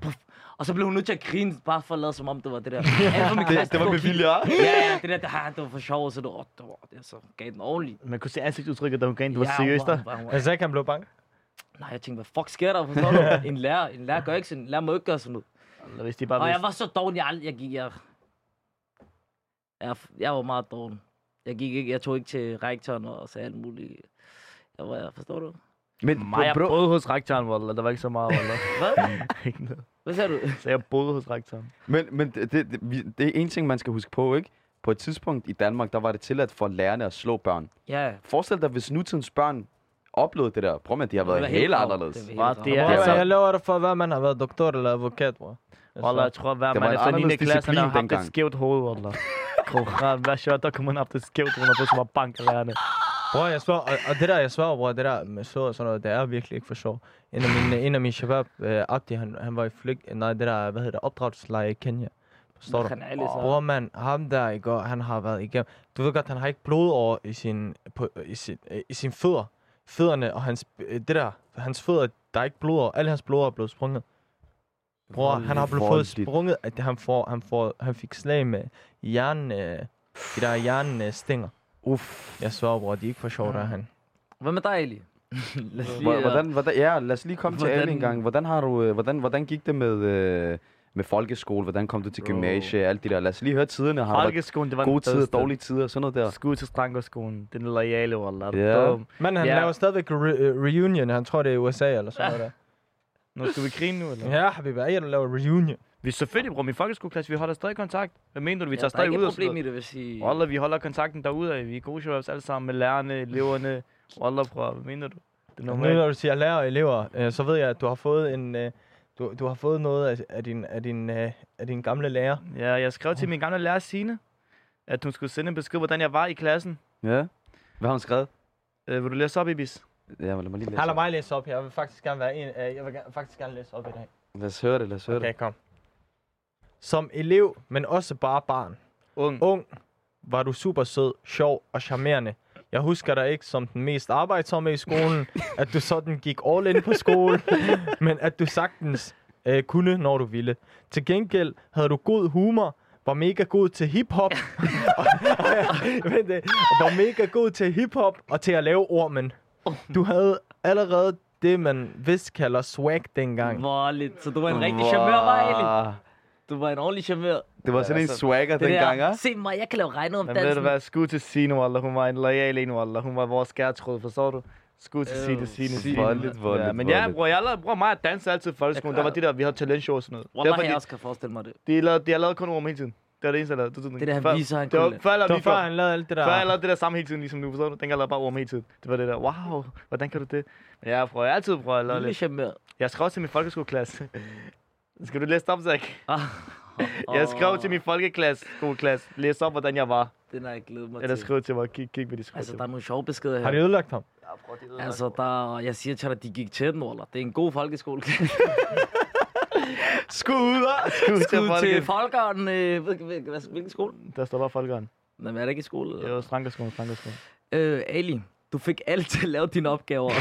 B: Puff. Og så blev hun nødt til at grine, bare for at lade som om det
A: <laughs>
B: var det der. Alle fra min klasse,
A: Det var
B: de
A: med
B: og kiggede.
A: vilje, hva'?
B: Ja, ja, det der, det, ah, det var for sjov, og så det, oh, det var, det, så gav den ordentligt.
C: Man kunne se ansigtsudtrykket, da hun gav det. Du var
B: Ja,
C: seriøst
B: hun
C: der.
B: var- hun var-
D: Altså, jeg kan blive bange.
B: Nej, jeg tænkte, hvad fuck sker der? Forstår du? En lærer, en lærer gør ikke sådan, en lærer må ikke gøre sådan noget.
C: Eller hvis de bare
B: Og jeg
C: vidste.
B: var så doven, jeg aldrig, jeg gik, jeg, jeg, jeg var meget doven. Jeg gik ikke, jeg tog ikke til rektoren og sagde alt muligt. Jeg var, jeg forstår du?
A: Men
C: Mig, jeg
A: bro, bro,
C: boede hos rektoren, Wallah. Der var ikke så meget, Wallah.
B: Hvad?
C: <laughs> Ikke noget.
B: Hvad sagde du?
C: Så jeg boede hos rektoren.
A: men, men det, det, det, vi- det er en ting, man skal huske på, ikke? På et tidspunkt i Danmark, der var det tilladt for lærerne at slå børn.
B: Ja, ja.
A: Forestil dig, hvis nutidens børn oplevede det der. Prøv med, de har været
B: Det var
A: helt
B: rart.
A: anderledes.
B: Det
A: Det
B: var helt
C: Wow,
B: rart.
C: det
D: Ja,
C: er-
D: altså.
C: altså-
D: Jeg lover dig for, hvad man har været doktor eller advokat, bror. Altså,
C: Wallah, jeg tror, hver
A: Det var
C: mand
A: en
C: efter 9.
A: anderledes
C: klasse, han har
A: disciplin
C: haft et
A: dengang.
C: skævt hoved, <laughs> Wallah. Koran, hvad sjovt, der kunne man have haft et skævt hoved, når det var banklærerne.
D: Bror, jeg svær, og, og, det der, jeg svær, bror, det der med så og sådan noget, det er virkelig ikke for sjov. En af mine, en af mine shabab, øh, Abdi, han, han var i flygt, nej, det der, hvad hedder det, opdragelseslejr i Kenya. Forstår du?
B: Han er ærlig, så.
D: Bror, mand, ham der i går, han har været igennem. Du ved godt, han har ikke blod over i sin, på, i sin, øh, i sin fødder. Fødderne og hans, øh, det der, hans fødder, der er ikke blod over. Alle hans blod er blevet sprunget. Bror, han har blevet fået
A: Voldeligt.
D: sprunget, at han, får, han, får, han fik slag med hjernen, øh, de der hjernen øh, stænger.
A: Uff.
D: Jeg svarer, bror, de er ikke for sjov, der er han.
B: Hvad med dig, Eli? Lad os øh,
A: Hvor- Hvordan, hvordan, ja, lad os lige komme til
B: Hvordan-
A: Ali en gang. Hvordan, har du, øh, hvordan, hvordan gik det med, øh, med folkeskole, hvordan kom du til
C: Bro.
A: gymnasie, alt det der. Lad os lige høre tiderne. Har der
C: Folkeskolen, det var
A: været gode tider, dårlige tider, sådan noget der?
C: Skud til Strankerskolen, den lojale, wallah.
A: Ja.
C: Dum.
D: Men han
C: Ja.
D: laver stadigvæk re- øh, reunion. Han tror, det er USA eller sådan noget der.
C: Nu skal vi grine nu, eller?
D: Ja, Habibi, ej, du laver reunion.
C: Vi selvfølgelig, bror, min folkeskoleklasse, vi holder stadig kontakt. Hvad mener du, vi
B: Ja,
C: tager
B: der er
C: stadig
B: ikke
C: ud
B: et
C: og sådan
B: problem i
C: noget?
B: det, hvis I...
C: Wallah, vi holder kontakten derude, vi er gode shababs alle sammen med lærerne, eleverne. Wallah, bror, hvad mener du? Det er
D: Nu når
C: normalt.
D: du siger lærer og elever, øh, så ved jeg, at du har fået en... Øh, du, du har fået noget af, af, din, af, din, øh, af din gamle lærer.
C: Ja, jeg skrev til min gamle lærer Signe, at hun skulle sende en besked, hvordan jeg var i klassen.
A: Ja. Hvad har hun skrevet?
C: Øh, vil du læse op, Ibis?
A: Ja, lad mig lige læse.
D: Han lader
A: op.
D: mig læse op her. Jeg vil faktisk gerne være en, øh, jeg vil gerne, faktisk gerne læse op i dag.
A: Lad os høre det, lad os høre
D: Okay, kom. Som elev, men også bare barn.
C: Ung.
D: Ung var du super sød, sjov og charmerende. Jeg husker dig ikke som den mest arbejdsomme i skolen, at du sådan gik all in på skole, men at du sagtens øh, kunne, når du ville. Til gengæld havde du god humor, var mega god til hiphop, <laughs> og, vent, øh, var mega god til hiphop og til at lave ormen. Du havde allerede det, man vist kalder swag dengang.
B: Vorligt. Så du var en rigtig
A: Wow.
B: charmør, var egentlig. Du var en ordentlig charmør.
A: Det var sådan en swagger
B: altså, Det der,
A: dengang, hva'?
B: Se mig, jeg kan lave regnet om
C: Men ved du
B: dansen.
C: hvad, skud til Signe, Wallah, hun var en lojal en, Wallah. Hun var vores skærtråd, forstår du? Skud til
B: Øh,
C: Signe, Signe,
A: Signe.
C: Signe.
A: Voldeligt, voldeligt,
C: ja, men ja,
A: voldeligt.
C: bror, jeg lavede, bror, mig og danse altid i folkeskolen. Der var det der, vi havde talentshow og sådan noget.
B: Wallah,
C: det
B: jeg
C: var,
B: også kan forestille mig det.
C: de, de, lavede, de har lavet kun rum hele tiden. Det var det eneste, jeg lavede.
B: Det der, han
C: Før-
B: viser, han
C: Det var
B: kunne
C: før, jeg
D: Det
C: lavede
D: var før,
C: videoer.
D: han lavede alt det der.
C: Før jeg lavede det der samme hele tiden, ligesom nu, forstår du? Dengang lavede jeg bare orm hele tiden. Det var det der, wow, hvordan kan du det? Men jeg prøver jeg har altid prøver at lave
B: Lille
C: lidt.
B: charmør.
C: Jeg skrev til min folkeskoleklasse. <laughs> Skal du læse op, Zach?
B: Ah.
C: <laughs> Jeg skrev
B: Åh,
C: til min folkeklasse, skoleklasse. Læs op, hvordan jeg var.
B: Den har jeg glædet mig
C: Eller
B: til.
C: skriv til mig, kig, kig hvad de skrev
B: Altså,
C: til
B: der
C: mig.
B: er nogle sjove beskeder her.
D: Har de ødelagt ham?
B: Altså, der, jeg siger til dig, at de gik til den, Waller. Det er en god
C: <laughs>
B: folkeskole.
A: Skud!
C: Skud til
B: Skud til
C: folket.
B: folkeren. Øh, ved- ved- hvad- hvilken skole?
C: Der står bare folkeren.
B: Nå, men er det ikke i skole?
C: Det
B: Eller?
C: var Strankerskolen, Strankerskolen.
B: Øh, Ali, du fik <laughs> altid lavet dine opgaver.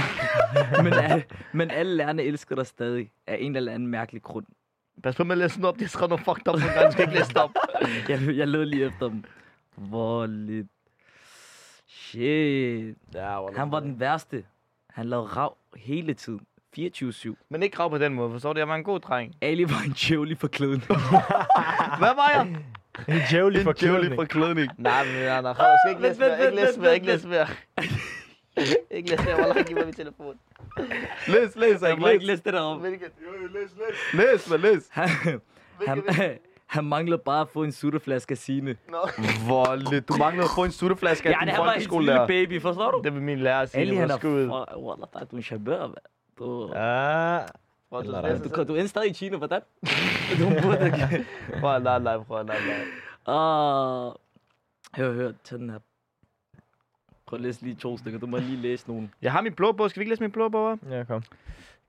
B: men, alle, men alle lærerne elsker dig stadig af en eller anden mærkelig grund.
C: Pas på med at læse den op, de skrev noget fucked up nogle
B: <laughs>
C: gange. Du skal ikke læse den op.
B: Jeg, jeg led lige efter dem. Hvor lidt. Shit.
C: Ja,
B: Han var den værste. Han lavede rav hele tiden. 24-7.
C: Men ikke krav på den måde, forstår du? Jeg var en god dreng.
B: Ali var en djævlig forklædning.
C: Hvad var jeg?
D: En djævlig
A: Kævlig
D: forklædning.
A: forklædning.
C: Nej, men nej, nej, Rasmus, ikke læs
B: vent,
C: mere, ikke
B: vent,
C: læs
B: vent,
C: mere,
B: vent,
C: ikke læs mere. Ikke læs mere, Wallah, giv mig min telefon.
A: Læs, læs,
B: Jeg
A: Zach,
B: må
A: læs.
B: ikke læse det derop.
C: Hvilket? Jo, jo, læs, læs.
A: Læs, hvad læs?
B: Han, han, <laughs> han manglede bare at få en sutteflaske af sine.
C: Nå.
A: Voldeligt. Du manglede at få en sutteflaske af
B: Ja,
A: din
B: det var en
A: folkeskolelærer.
B: lille baby, forstår du?
C: Det vil min lærer sige,
B: Ali,
C: det
B: han
C: var
B: er...
C: skud.
B: for- Wallah, der er du en charmeur, mand. Du,
D: Ja.
C: Prøv at
D: Eller
C: læse
B: du,
C: det.
B: du endte stadig i Kina, hvordan? Du burde <laughs> ikke.
C: Prøv at nej, nej, prøv at nej, nej.
B: Åh. Hør, hør, tag den her. Prøv at læse lige to stykker. Du må lige læse nogen.
C: Jeg har min blå bog, skal vi ikke læse min blå bog? op?
D: Ja, kom.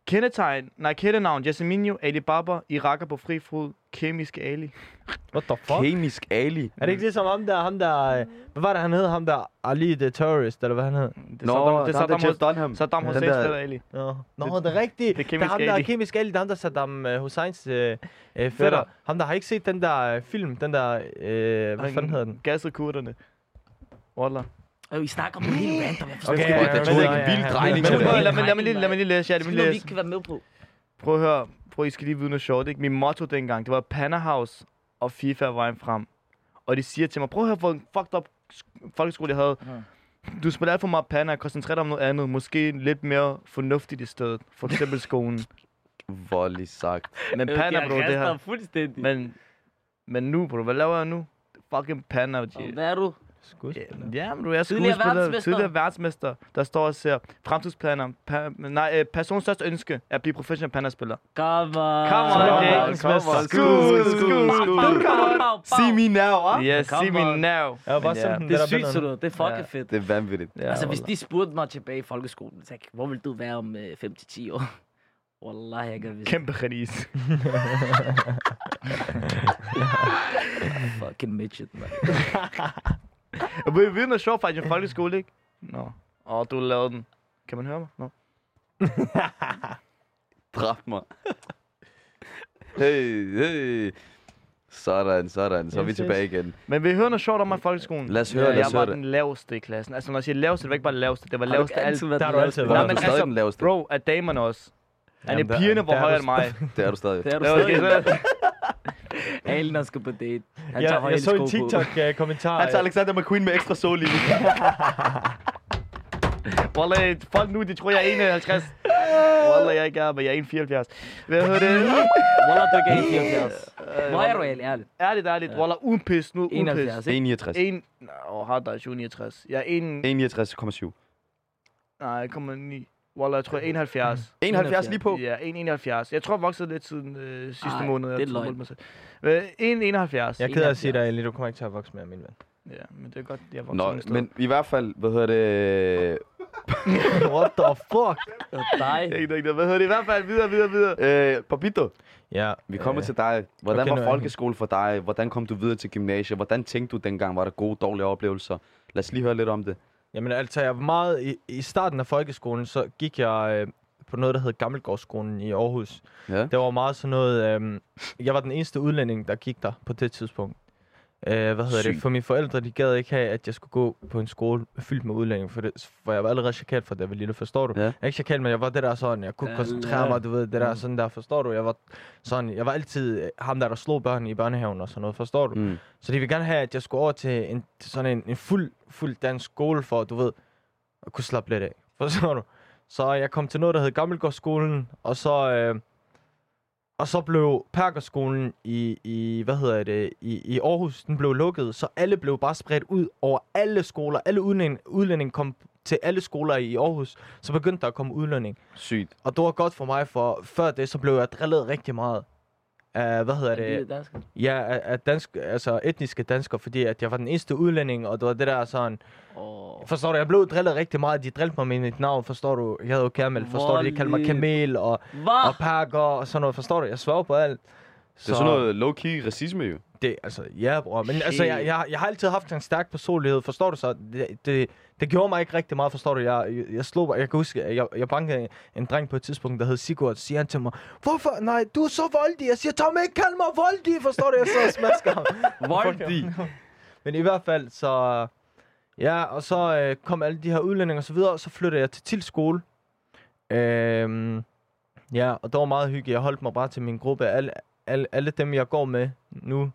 C: Kendetegn, nej, kendenavn, Jasminio, Ali Baba, Iraker på fri fod, kemisk Ali.
D: What the fuck?
A: Kemisk Ali.
D: Er det ikke ligesom ham der, ham der, øh, hvad var det han hed, ham der, Ali the Terrorist, eller hvad han hed?
C: Det er
A: Nå,
C: Saddam-
A: det
C: det
A: er
C: er Saddam,
A: der Jeff
C: Hus-
A: Dunham.
C: Saddam
A: Den
C: Hussein
A: der-
C: spiller Ali.
D: Nå, Nå det, det er rigtigt.
C: det er
D: Det,
C: Kemisk
D: er ham der
C: Ali.
D: er kemisk Ali, det er ham der Saddam øh, Husseins øh, øh, fætter. Ham der har ikke set den der øh, film, den der, øh, hvad fanden hedder den?
C: Gasset kurderne. Wallah.
B: Øh, I snakker om noget helt random. Jeg forstår
D: Okay,
B: ikke,
D: ja,
B: hvorfor
A: Fuck, den tog
D: ja, men det-
A: ikke en
D: ja,
A: vild
D: ja, ja.
A: drejning.
C: Men
A: den
C: prøv,
A: der.
C: lad mig, lad mig lige, lad mig lige læse, ja,
B: det
C: lad
B: er
C: mig
B: noget,
C: lige
B: vi
C: læse.
B: ikke kan være med på.
C: Prøv at høre, prøv I skal lige vide noget sjovt, ikke? Min motto dengang, det var Panahouse og FIFA var vejen frem. Og de siger til mig, prøv at høre, hvor en fucked up sk- folkeskole jeg havde. Du spiller alt for meget panna, koncentrer dig om noget andet, måske lidt mere fornuftigt i stedet. For eksempel
B: <laughs>
C: skolen.
A: Voldeligt sagt.
C: Men panna, bro, det her.
B: fuldstændig. Men,
C: Men, men nu, bro, hvad laver jeg nu? Fucking panna,
B: og
C: yeah.
B: hvad er du?
D: Skuespiller.
C: Ja, men du er
B: Tidligere
C: skuespiller,
B: verdensmester.
C: tidligere verdensmester, der står og ser fremtidsplaner. Pa- nej, øh, personens største ønske er at blive professionel pandaspiller.
B: Come on.
C: Come on,
D: Come
C: Jake.
D: on,
A: Skud,
D: verdensmester.
A: skud, skud,
B: Bow,
A: skud.
B: bow, bow, bow.
A: See me now, ah?
C: Yes,
B: Come
C: see me
B: on.
C: now.
D: Jeg var bare
C: Men
D: sådan den
B: Det
D: der
B: er sygt,
D: billede.
B: sådan noget. Det er fucking fedt.
A: Det er vanvittigt.
C: Ja,
B: Altså, hvis
C: wallah.
B: de spurgte mig tilbage i folkeskolen, så hvor vil du være om øh, 5-10 år? <laughs> Wallah, jeg kan vise
C: Kæmpe kredis.
B: fucking midget, man.
C: Og ved vi noget sjovt faktisk i folkeskole, ikke? Nå. Åh, du lavede den. Kan man høre mig? Nå.
A: Dræb mig. Hey, hey. Sådan, sådan. Så er vi
D: Yes,
A: tilbage igen.
C: Men vi hører noget sjovt om mig i folkeskolen.
A: Lad os høre,
C: jeg
A: lad os
C: var
A: høre det.
C: den laveste i klassen. Altså, når jeg siger laveste, det var ikke bare laveste. Det var laveste af alt.
D: Der har du altid
A: Hvor
C: Nej,
A: er
C: men
A: du
C: altså,
A: stadig den laveste?
C: Bro, af damerne også.
D: Jamen,
C: Jamen,
D: der-
C: pigerne var
D: der er
C: højere
D: du
C: end mig.
A: Det er du stadig.
B: Det er du
C: Ja, okay,
B: stadig.
C: så-
B: <laughs> Alen han skal på date. Han tager
D: Jeg,
B: høje
D: jeg så
B: sko
D: en øh,
B: på.
D: TikTok-kommentar.
A: Han tager Alexander McQueen med ekstra sol i.
C: Wallah, folk nu, de tror, jeg er 51. Wallah, jeg ikke er, men jeg er 71. Hvad hedder det?
B: Wallah, du er ikke 71.
A: Øh,
B: Hvor er du, Alen? Ærligt.
C: Ærligt, ærligt. Wallah, uden pis nu, uden
B: 71,
C: pis.
B: ikke?
A: 1,69.
C: En... Nå, har dig 69. Jeg er en...
A: 1,69,7.
C: Nej, 1,9. Wallah, jeg tror, jeg er 71.
A: 71 lige på.
C: Ja, 1,71. Jeg tror, jeg voksede lidt siden øh, sidste
B: Ej,
C: måned.
B: det er
C: jeg tror,
B: løgn.
C: målte mig selv. Men 1,71.
D: Jeg er ked af at sige dig, Ali, du kommer ikke til at vokse med, min ven. <laughs>
C: Ja, men det er godt, jeg voksede
A: Nå,
C: nogle steder.
A: men i hvert fald, hvad hedder det...
D: What the fuck?
B: Og dig.
C: Jeg ved ikke, hvad hedder det? I hvert fald videre, videre, videre.
A: Øh, Papito,
D: Ja,
A: vi kommer
D: øh,
A: til dig. Hvordan
D: okay, nu
A: var
D: er jeg
A: folkeskole for dig? Hvordan kom du videre til gymnasiet? Hvordan tænkte du dengang? Var der gode, dårlige oplevelser? Lad os lige høre lidt om det.
D: Jamen altså, jeg var meget... I, I starten af folkeskolen, så gik jeg øh, på noget, der hed Gammelgårdsskolen i Aarhus.
A: Ja.
D: Der var meget sådan noget... Øh, jeg var den eneste udlænding, der gik der på det tidspunkt. Øh, hvad hedder
A: Sygt.
D: det? For mine forældre, de gad ikke have, at jeg skulle gå på en skole fyldt med udlændinge, for, det, for jeg var allerede chakalt for det, jeg var lille, forstår du?
A: Ja.
D: Jeg er ikke chakalt, men jeg var det der sådan, jeg kunne
B: Ja,
D: ja, koncentrere
B: ja. Mm.
D: mig, du ved, det der sådan der, forstår du? Jeg var sådan, jeg var altid øh, ham der, der slog børn i børnehaven og sådan noget, forstår du?
A: Mm.
D: Så de vil gerne have, at jeg skulle over til en, til sådan en, en fuld, fuld dansk skole for, du ved, at kunne slappe lidt af. Forstår du? <laughs> Så jeg kom til noget, der hed Gammelgårdsskolen, og så, øh, og så blev Perkerskolen i, i, hvad hedder det, i, i Aarhus, den blev lukket, så alle blev bare spredt ud over alle skoler. Alle udlænding, udlænding kom til alle skoler i Aarhus, så begyndte der at komme udlænding.
A: Sygt.
D: Og det var godt for mig, for før det, så blev jeg drillet rigtig meget. af, hvad hedder
B: Er
D: det?
B: det dansk?
D: Ja, af- af dansk, altså etniske danskere, fordi at jeg var den eneste udlænding, og det var det der sådan...
B: Åh.
D: Forstår du, jeg blev drillet rigtig meget, de drillede mig med mit navn, forstår du? Jeg havde jo Kamel, forstår du? De kaldte mig
B: Voldeligt.
D: Kamel og,
B: Hvad?
D: og Pakker og sådan noget, forstår du? Jeg svarer på alt.
A: Ah. Det er sådan noget low-key racisme jo.
D: Det, altså, ja, bror. Men altså,
B: Shit.
D: jeg, jeg, jeg har altid haft en stærk personlighed, forstår du så? Det, det, det gjorde mig ikke rigtig meget, forstår du? Jeg, jeg, jeg slog, jeg kan huske, at jeg, jeg bankede en dreng på et tidspunkt, der hed Sigurd, siger han til mig, Hvorfor? Nej, du er så voldig. Jeg siger, Tom, ikke kald mig voldig, forstår du? Jeg så smasker ham.
B: Voldig.
D: Men i hvert fald, så... Ja, og så øh, kom alle de her udlændinge og så videre, og så flyttede jeg til Til skole. Øhm, ja, og det var meget hyggeligt. Jeg holdt mig bare til min gruppe. Alle, alle, alle dem, jeg går med nu,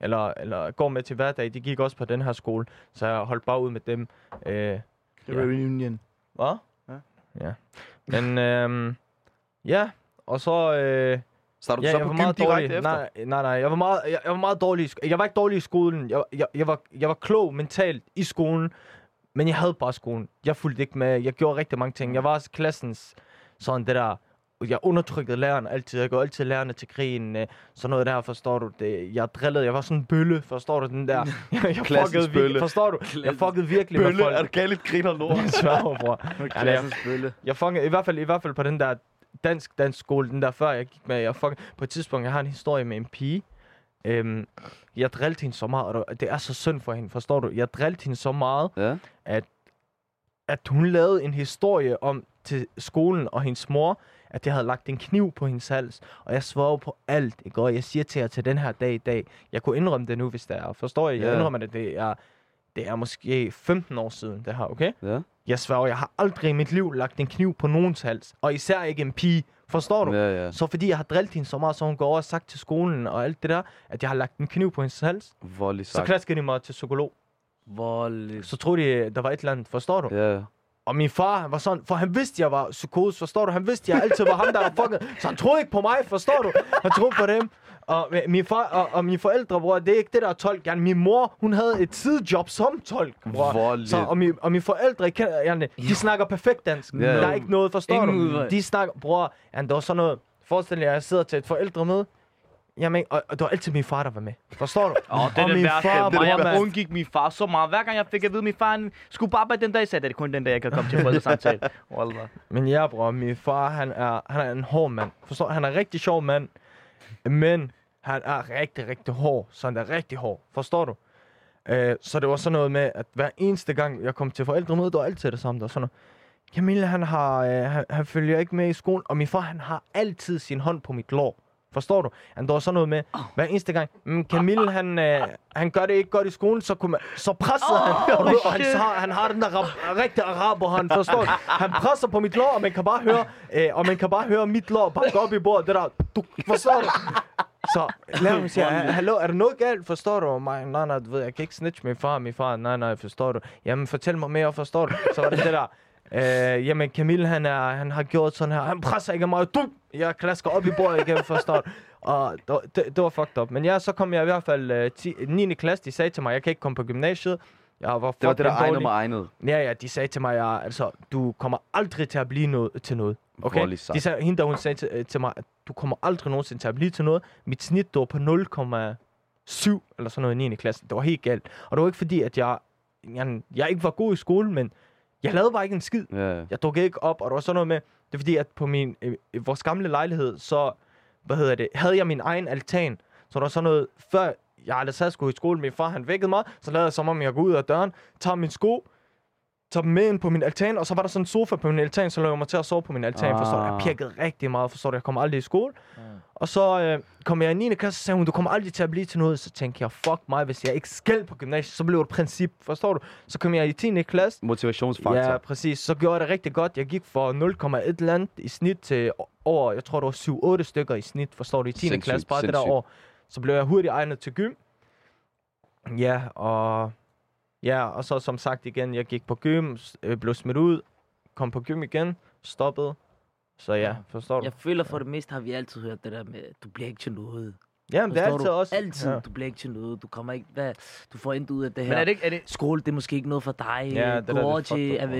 D: eller, eller går med til hverdag, de gik også på den her skole. Så jeg holdt bare ud med dem. Øh,
C: Det var reunion.
D: hvad?
C: Ja.
D: Ja. Men øhm, ja, og så... Øh,
A: Starter du så på gym direkte efter?
D: Nej, nej, nej. Jeg var meget, jeg, jeg var meget dårlig. I sko- jeg var ikke dårlig i skolen. Jeg, jeg, jeg, var, jeg var klog mentalt i skolen, men jeg havde bare skolen. Jeg fulgte ikke med. Jeg gjorde rigtig mange ting. Jeg var også klassens sådan det der... Jeg undertrykkede lærerne altid. Jeg gjorde altid lærerne til krigen. øh, Sådan noget der, forstår du det. Jeg drillede. Jeg var sådan en bølle, forstår du den der? <laughs> Jeg, jeg
A: Klassens
D: fuckede
A: bølle.
D: virkelig, forstår du? Jeg fuckede virkelig med folk.
A: galt griner lort?
D: Jeg sværger, bror. <laughs> Ja, det er-
C: Klassens bølle.
D: Jeg fangede i hvert fald, i hvert fald på den der dansk dansk skole, den der før jeg gik med, jeg fangede, på et tidspunkt, jeg har en historie med en pige. Øhm, jeg drillede hende så meget, og det- det er så synd for hende, forstår du? Jeg drillede hende så meget,
A: Ja.
D: at hun lavede en historie om til skolen og hendes mor, at jeg havde lagt en kniv på hendes hals, og jeg svarer på alt, ikke? Og jeg siger til jer til den her dag i dag, jeg kunne indrømme det nu, hvis det er, forstår jeg? Jeg
A: Ja.
D: indrømmer det, det er, det er måske 15 år siden, det her, okay?
A: Ja.
D: Jeg sværger, jeg har aldrig i mit liv lagt en kniv på nogens hals. Og især ikke en pige. Forstår du? Ja.
A: Ja, ja.
D: Så fordi jeg har drillet hende så meget, så hun går over og sagt til skolen og alt det der, at jeg har lagt en kniv på hendes hals, tak.
A: Voldelig
D: så
A: sagt.
D: klaskede de mig til psykolog.
B: Voldeligt.
D: Så troede de, der var et eller andet, forstår du? Ja.
A: Ja.
D: Og min far, han var sådan, for han vidste, jeg var psykose, forstår du? Han vidste, jeg altid var ham, der var fucking... Så han troede ikke på mig, forstår du? Han troede på dem. Og øh, min far og, og mine forældre, bror, det er ikke det, der er tolk. Ja, min mor, hun havde et sidejob som tolk, bror.
A: Voldeligt.
D: Så, og, min, og mine forældre, kender, Janne, de snakker perfekt dansk.
A: Ja.
D: Yeah. Der er ikke noget, forstår
B: Ingen
D: du?
B: udvej.
D: De snakker, bror, ja, det var sådan noget. Forestil jer, jeg sidder til et forældremøde. Jamen, og, og det var altid min far, der var med. Forstår du?
C: Åh, det er det
D: og min
C: værste.
D: far,
C: Far,
D: bror,
C: det er jeg
D: mand.
C: undgik min far så meget. Hver gang jeg fik at vide, at min far han skulle bare arbejde den dag, sagde jeg, det er kun den dag, jeg kan komme til forældresamtale. <laughs> Wallah.
D: Men ja, bror, min far, han er, han er en hård mand. Forstår du? Han er en rigtig sjov mand. Men han er rigtig, rigtig hård. Så han er rigtig hård. Forstår du? Øh, så det var sådan noget med, at hver eneste gang, jeg kom til forældremødet, det var altid det samme. Der var sådan noget. Jamil, han, har, øh, han, han følger ikke med i skolen, og min far, han har altid sin hånd på mit lår. Forstår du? Han der var sådan noget med, hver eneste gang, mm, Camille, han, øh, han gør det ikke godt i skolen, så, kunne man, så pressede oh, han, og, du, ved, og han,
C: shit.
D: har, han har den der rab, rigtige araber, han forstår du? Han presser på mit lår, og man kan bare høre, øh, og man kan bare høre mit lår banke op i bordet, det der, du, forstår du?
A: <laughs>
D: Så læreren siger, hallo, er der noget galt? Forstår du mig? Nej, nej, du ved, jeg kan ikke snitche min far. Min far, nej, nej, forstår du. Jamen, fortæl mig mere, forstår du? Så var det det der. <laughs> Øh, jamen, Camille, han, er, han har gjort sådan her. Han presser ikke af mig. Du, jeg klasker op i bordet igen, forstår du? Og det, var- det, det var fucked up. Men ja, så kom jeg i hvert fald øh, 10, 9. klasse. De sagde til mig, jeg kan ikke komme på gymnasiet. Jeg var
A: Det var det, der
D: fucking
A: egnede
D: dårlig.
A: mig egnet.
D: Ja, ja, de sagde til mig, ja, altså, du kommer aldrig til at blive noget, til noget. Okay?
A: Voldelig sejt.
D: De sagde, hende der, hun sagde til, øh, til mig, at du kommer aldrig nogensinde til at blive til noget. Mit snit, det var på 0,7 eller sådan noget i 9. klasse. Det var helt galt. Og det var ikke fordi, at jeg, jeg, jeg ikke var god i skolen, men jeg lavede bare ikke en skid.
A: Ja.
D: Jeg dukkede ikke op, og der var sådan noget med, det er fordi, at på min, øh, øh, vores gamle lejlighed, så, hvad hedder det, havde jeg min egen altan. Så der var sådan noget, før jeg aldrig sad skulle i skole, min far han vækkede mig, så lavede jeg som om jeg går ud af døren, tager min sko, tager dem med ind på min altan, og så var der sådan en sofa på min altan, så lå jeg mig til at sove på min altan, ah. forstår du? Jeg
A: Ah.
D: pirkede rigtig meget, forstår du? Jeg kom aldrig i skole. Og så øh, kom jeg i 9. klasse, så sagde hun, du kommer aldrig til at blive til noget. Så tænkte jeg, fuck mig, hvis jeg ikke skal på gymnasiet, så blev det et princip, forstår du? Så kom jeg i 10. klasse,
A: Motivationsfaktor.
D: Ja, præcis. Så gjorde jeg det rigtig godt. Jeg gik fra 0,1 eller andet i snit til over, jeg tror, det var 7-8 stykker i snit, forstår du, i 10.
A: Sindssygt,
D: klasse, bare det
A: sindssygt.
D: der år. Så blev jeg hurtigt egnet til gym. Ja, og... Ja, og så som sagt igen, jeg gik på gym, s- øh, blev smidt ud, kom på gym igen, stoppede. Så ja, forstår du?
B: Jeg føler for det meste har vi altid hørt det der med, du bliver ikke til noget.
D: Jamen, det er
B: Forstår
D: altid
B: du?
D: også...
B: Altid,
D: Ja.
B: du bliver ikke til noget. Du kommer ikke, hvad, du får intet ud af det her.
C: Men er det ikke... Er det,
B: Skole, det er måske ikke noget for dig.
D: Ja, det
B: det
D: der er
B: Gå over
D: lidt fucked
B: til
D: up,
B: at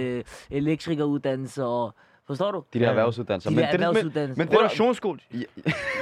B: være elektrikeruddannelse og... Forstår du?
A: De der
D: Ja.
A: erhvervsuddannelser.
B: De
A: Men
B: der
A: det er det- men-
B: erhvervsuddannelser.
A: Men det der...
C: Produktionsskole.
B: Ja,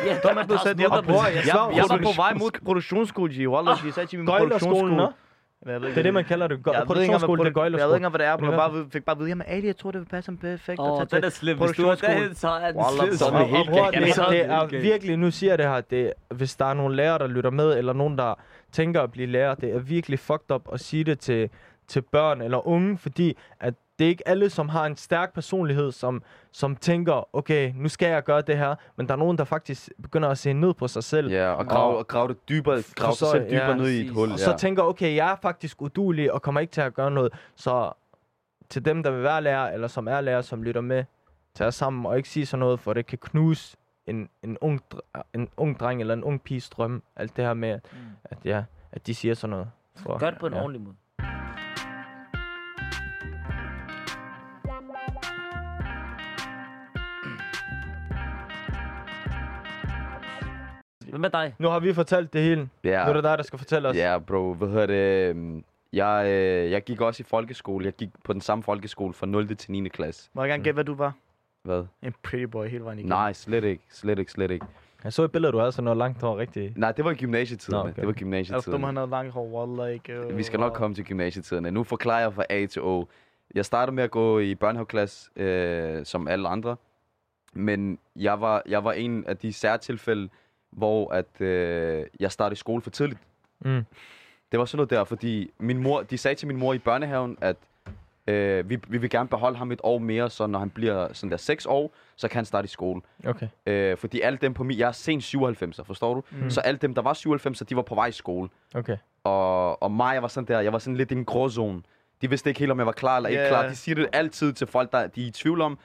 B: der,
C: Dommer blev sat ned på bordet. Jeg, jeg, jeg var på vej mod produktionsskole, G. Wallah, de sagde til min
D: Gøjlerskolen, nå?
C: produktionsskole. Men jeg ved
D: Det er
C: ikke,
D: det, man kalder det.
C: Jeg
D: Gø-
C: ved ikke engang,
D: Produktionsskole, det er
C: hvad produ- jeg ved ikke,
D: gøjlerskole.
C: engang, hvad det er, men jeg
D: Eller
C: bare, fik bare at vide, jamen Ali, jeg tror, det vil passe ham perfekt.
B: Åh,
C: at
B: den er
C: tage
B: slim. Hvis du er
C: produktionsskole.
B: derhen, så er den
C: Wallah,
B: slim.
C: så er den helt
D: Bror,
C: galt.
D: det,
B: Ja,
D: er, det
B: helt
D: er
B: galt.
D: virkelig, nu siger jeg det her, det, hvis der er nogle lærere, der lytter med, eller nogen, der tænker at blive lærer, det er virkelig fucked up at sige det til, til børn eller unge, fordi at det er ikke alle, som har en stærk personlighed, som, som tænker, okay, nu skal jeg gøre det her, men der er nogen, der faktisk begynder at se ned på sig selv.
A: Ja, og grave, og grave det dybere, grave sig
D: Forstår
A: selv
D: jeg,
A: dybere
D: ja,
A: ned i et
B: præcis.
A: hul.
D: Og
A: ja.
D: så tænker, okay, jeg er faktisk udulig og kommer ikke til at gøre noget. Så til dem, der vil være lærer, eller som er lærer, som lytter med, tag jer sammen og ikke sige sådan noget, for det kan knuse en, en, ung, dr- en ung dreng eller en ung piges drøm. Alt det her med, at, at, ja, at de siger sådan noget. For,
B: Gør det Mm. på en
D: ja.
B: ordentlig måde. Hvad med dig?
D: Nu har vi fortalt det hele.
A: Ja.
D: Nu er det dig, der skal fortælle os.
A: Ja, bro. Hvad hedder det? øhm, Jeg, øh, jeg gik også i folkeskole. Jeg gik på den samme folkeskole fra 0. til 9. klasse.
C: Må jeg gerne gætte, hvad du var?
A: Hvad?
C: En pretty boy hele vejen igennem.
A: Nej, slet ikke. Slet ikke, slet ikke.
D: Jeg så et billede, du havde sådan noget langt hår, rigtig.
A: Nej, det var i gymnasietiden.
D: Nå, okay.
A: Det var
C: Er du dum,
A: gymnasietiden.
C: han havde langt hår? Wallah, ikke? øh,
A: Vi skal nok komme til gymnasietiden. Nu forklarer jeg fra A til O. Jeg startede med at gå i børnehaveklasse, øh, som alle andre. Men jeg var, jeg var en af de særtilfælde, hvor at, øh, jeg startede i skole for tidligt.
D: Mm.
A: Det var sådan noget der, fordi min mor, de sagde til min mor i børnehaven, at øh, vi, vi vil gerne beholde ham et år mere, så når han bliver sådan der 6 år, så kan han starte i skole.
D: Okay.
A: Øh, fordi alle dem på min, jeg er sen 97, forstår du? Mm. Så alle dem, der var 97, de var på vej i skole.
D: Okay.
A: Og, og mig, jeg var sådan der, jeg var sådan lidt i en gråzone. De vidste ikke helt, om jeg var klar eller ikke
C: Ja.
A: yeah. klar. De siger det altid til folk, der de er i tvivl om,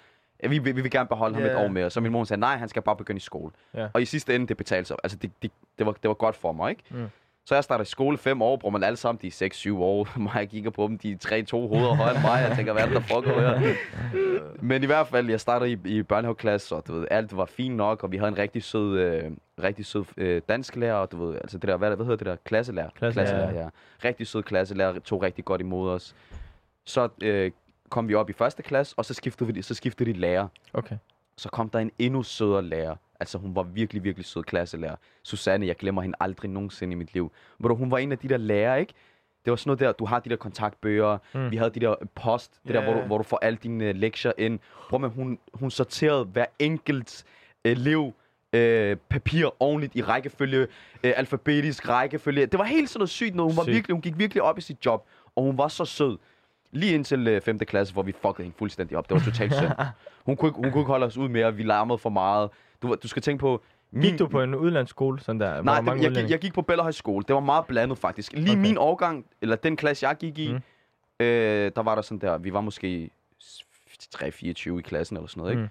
A: at vi, vi, vi vil gerne beholde yeah. ham
C: Ja.
A: et år mere. Så min mor sagde, nej, han skal bare begynde i skole.
D: Ja.
A: Og i sidste ende, det betalte sig. Altså, det, det, det, var, det var godt for mig, ikke?
D: Mm.
A: Så jeg starter i skole fem år, bruger man alle sammen, de er 6-7 år. <laughs> Mig jeg kigger på dem, de er 3-2 hoveder højere end mig. Jeg tænker, hvad er det, der foregår her? Men i hvert fald, jeg starter i, i børnehaveklasse, og du ved, alt var fint nok, og vi havde en rigtig sød, øh, rigtig sød øh, dansklærer, og du ved, altså det der, hvad, hvad hedder det der, klasselærer?
D: Klasselærer,
A: ja. Rigtig sød klasselærer, tog rigtig godt imod os. Så øh, kom vi op i første klasse, og så skiftede, vi, så skiftede de lærer
D: Okay.
A: så kom der en endnu sødere lærer. Altså, hun var virkelig, virkelig sød klasselærer. Susanne, jeg glemmer hende aldrig nogensinde i mit liv. Men hun var en af de der lærere, ikke? Det var sådan noget der, du har de der kontaktbøger,
D: Mm.
A: mm. vi havde de der post, det yeah. der, hvor du,
C: Ja.
A: hvor du får alle dine øh, lektier ind. Bror, men hun, hun sorterede hver enkelt elev øh, papir ordentligt i rækkefølge, øh, alfabetisk rækkefølge. Det var helt sådan noget sygt noget. Hun, var
D: Sygt.
A: virkelig, hun gik virkelig op i sit job, og hun var så sød. Lige indtil øh, 5. klasse, hvor vi fuckede hende fuldstændig op. Det var totalt synd. Hun kunne, ikke, hun kunne ikke holde os ud mere, vi larmede for meget. Du, du skal tænke på...
D: Gik du på en udlandsskole, sådan der? hvor
A: Nej,
D: der var
A: det, jeg, gik-
D: udlændinge?
A: jeg gik på Bella Højskole. Det var meget blandet, faktisk. Lige
D: Okay.
A: okay. min årgang, eller den klasse, jeg gik i, mm. øh, der var der sådan der... Vi var måske s- 3-24 i klassen, eller sådan noget, ikke?
D: Mm.
A: Mm.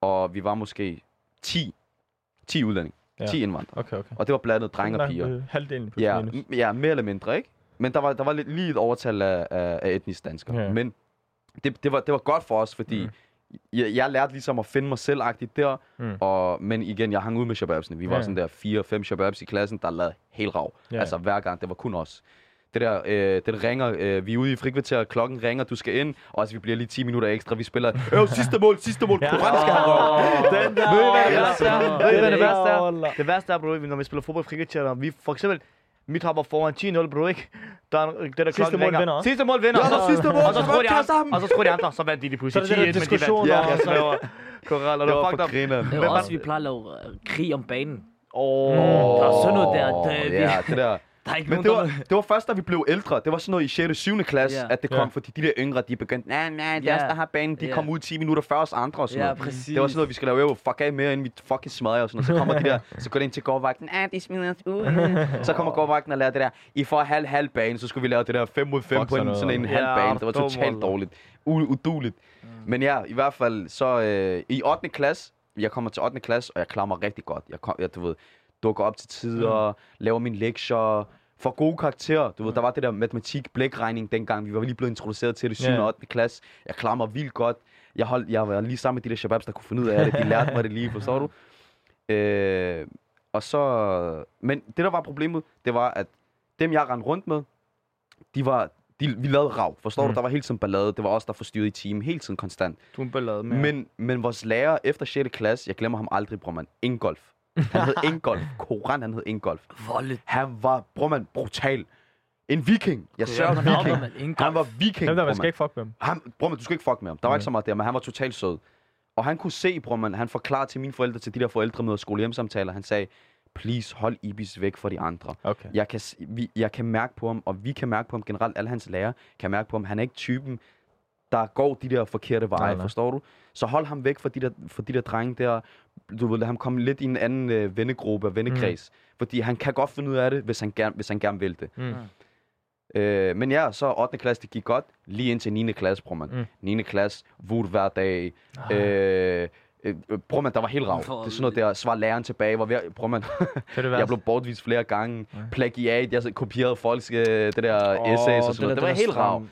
A: Og vi var måske 10. 10 udlændinge.
D: Ja.
A: 10 indvandrere.
D: Okay, okay. øh,
A: Og det var blandet drenge og piger.
D: Halvdelen på
A: Ja, Mm. m- ja, mere eller mindre, ikke? Men der var, der var lidt, lige et overtal af, af, af etniske danskere.
D: Ja.
A: Yeah. Men det, det, var, det var godt for os, fordi
D: Mm.
A: mm. jeg, jeg lærte ligesom at finde mig selvagtigt der.
D: Mm.
A: Mm. Og, men igen, jeg hang ud med shababsene. Vi var
D: Ja.
A: sådan der fire-fem shababs i klassen, der lavede helt rav.
D: Ja.
A: Altså hver gang, det var kun os. Det der, øh, det der ringer, øh, vi er ude i frikvarteret, klokken ringer, du skal ind. Og altså, vi bliver lige 10 minutter ekstra, vi spiller, øh, sidste mål, sidste mål,
D: Ja.
A: Koran skal have røv.
C: Den der,
A: Ved I, hvad
C: det
A: det
C: værste er?
D: er?
C: Ved I, hvad
D: Den
C: det
D: er
C: værste er?
D: overlagt.
C: Det værste er, bro, når vi spiller fodbold frikvarterer, vi for eksempel, mit hopper foran 10-0, bro, ikke? Der er en- det der klokken
D: mål
C: ringer.
D: vinder også.
C: Sidste mål vinder.
A: Ja,
C: og
A: der er sidste mål,
C: og så
A: så
C: skruer de
A: godt
C: andre,
A: sammen.
C: og så skruer de andre, så vandt de lige pludselig 10-1,
D: Så er det
C: men
D: der
C: de vandt.
D: diskussioner,
C: Ja,
D: og
C: så
D: så-
C: laver Koral,
A: Det
C: og det
A: var
C: var
A: for
C: fucked up.
A: grineren.
B: Det er
C: Hvem
B: jo
C: var
B: også, vi plejer at lave øh, krig om banen.
C: Åh,
B: Der er sådan noget der, det- vi-
A: ja, det der.
B: Der er ikke
A: Men
B: nogen,
A: det
B: der...
A: var, det var først, da vi blev ældre. Det var sådan noget i 6. og 7. klasse,
B: Ja.
A: yeah. at det kom,
D: Ja.
A: yeah. fordi de der yngre, de begyndte, nej, nej, det er
B: Ja.
A: os, der har banen, de
B: Ja.
A: yeah. kom ud 10 minutter før os andre og sådan
B: Ja,
A: noget.
B: præcis.
A: Det var sådan noget, vi skal lave, "Øh, fuck af mere, inden vi fucking smadrer og sådan noget. Så kommer de der,
B: <laughs>
A: så går det ind til gårdvagten, nej, de smider os ud. så kommer gårdvagten og laver det der, I får halv halv bane, så skulle vi lave det der 5 mod 5
D: Fuck
A: på
D: sådan
A: en,
D: noget.
A: sådan en halv
C: Ja,
A: bane. Det var
C: dum,
A: totalt
C: Walter.
A: dårligt. U- uduligt.
B: Mm.
A: Men ja, i hvert fald, så øh, i 8. klasse, jeg kommer til 8. klasse, og jeg klarer mig rigtig godt. Jeg, kom, jeg du ved, dukker op til tider, mm. laver mine lektier, får gode karakterer. Du
C: Mm.
A: ved, der var det der matematik, blækregning dengang. Vi var lige blevet introduceret til det 7.
D: Ja.
A: og 8. klasse. Jeg klarer mig vildt godt. Jeg, holdt, jeg var lige sammen med de der shababs, der kunne finde ud af det. De lærte mig det
C: <laughs>
A: lige, forstår du? Øh, og så... Men det, der var problemet, det var, at dem, jeg rendte rundt med, de var... De, vi lavede rav, forstår mm.
D: Mm.
A: du? Der var hele tiden ballade. Det var os, der forstyrrede i timen hele tiden konstant.
C: Du er en ballade med.
A: Men, men vores lærer efter 6. klasse, jeg glemmer ham aldrig, bror Ingolf. Han hed Ingolf. Koran, han hed Ingolf.
B: Voldet.
A: Han var, bror man, brutal. En viking. Jeg
B: Det er
A: sørger
B: jo
A: en
B: navnet,
A: viking.
B: mand. Ingolf.
A: Han var viking,
D: Dem der, man
A: bror
D: skal ikke fuck med dem.
A: han, bror, man, du skal ikke fuck med ham. Der var ikke
D: Mm.
A: så meget der, men han var totalt sød. Og han kunne se, bror, man, han forklarede til mine forældre, til de der forældremøder og skolehjemsamtaler, han sagde, please hold Ibis væk fra de andre.
D: Okay.
A: Jeg kan, s- vi, jeg kan mærke på ham, og vi kan mærke på ham generelt, alle hans lærere kan mærke på ham, han er ikke typen, der går de der forkerte veje,
D: Nej,
A: nej,
D: nej.
A: nej. forstår du? Så hold ham væk fra de der, fra de der drenge der, du ved, lad ham komme lidt i en anden øh, vennegruppe og vennekreds. Mm. Fordi han kan godt finde ud af det, hvis han gerne, hvis han gerne vil det.
D: Mm.
A: Øh, men ja, så 8. klasse, det gik godt. Lige indtil 9. klasse, bror man.
D: Mm.
A: Mm. 9. klasse, vut hver dag. Øh, øh, bror man, der var helt rav. Det er sådan noget der, svar læreren tilbage. Var ved, bror man,
D: Kan det være?
A: jeg blev bortvist flere gange. Plagiat, jeg kopierede folks øh, det der oh, essays og sådan noget. Det var helt rav.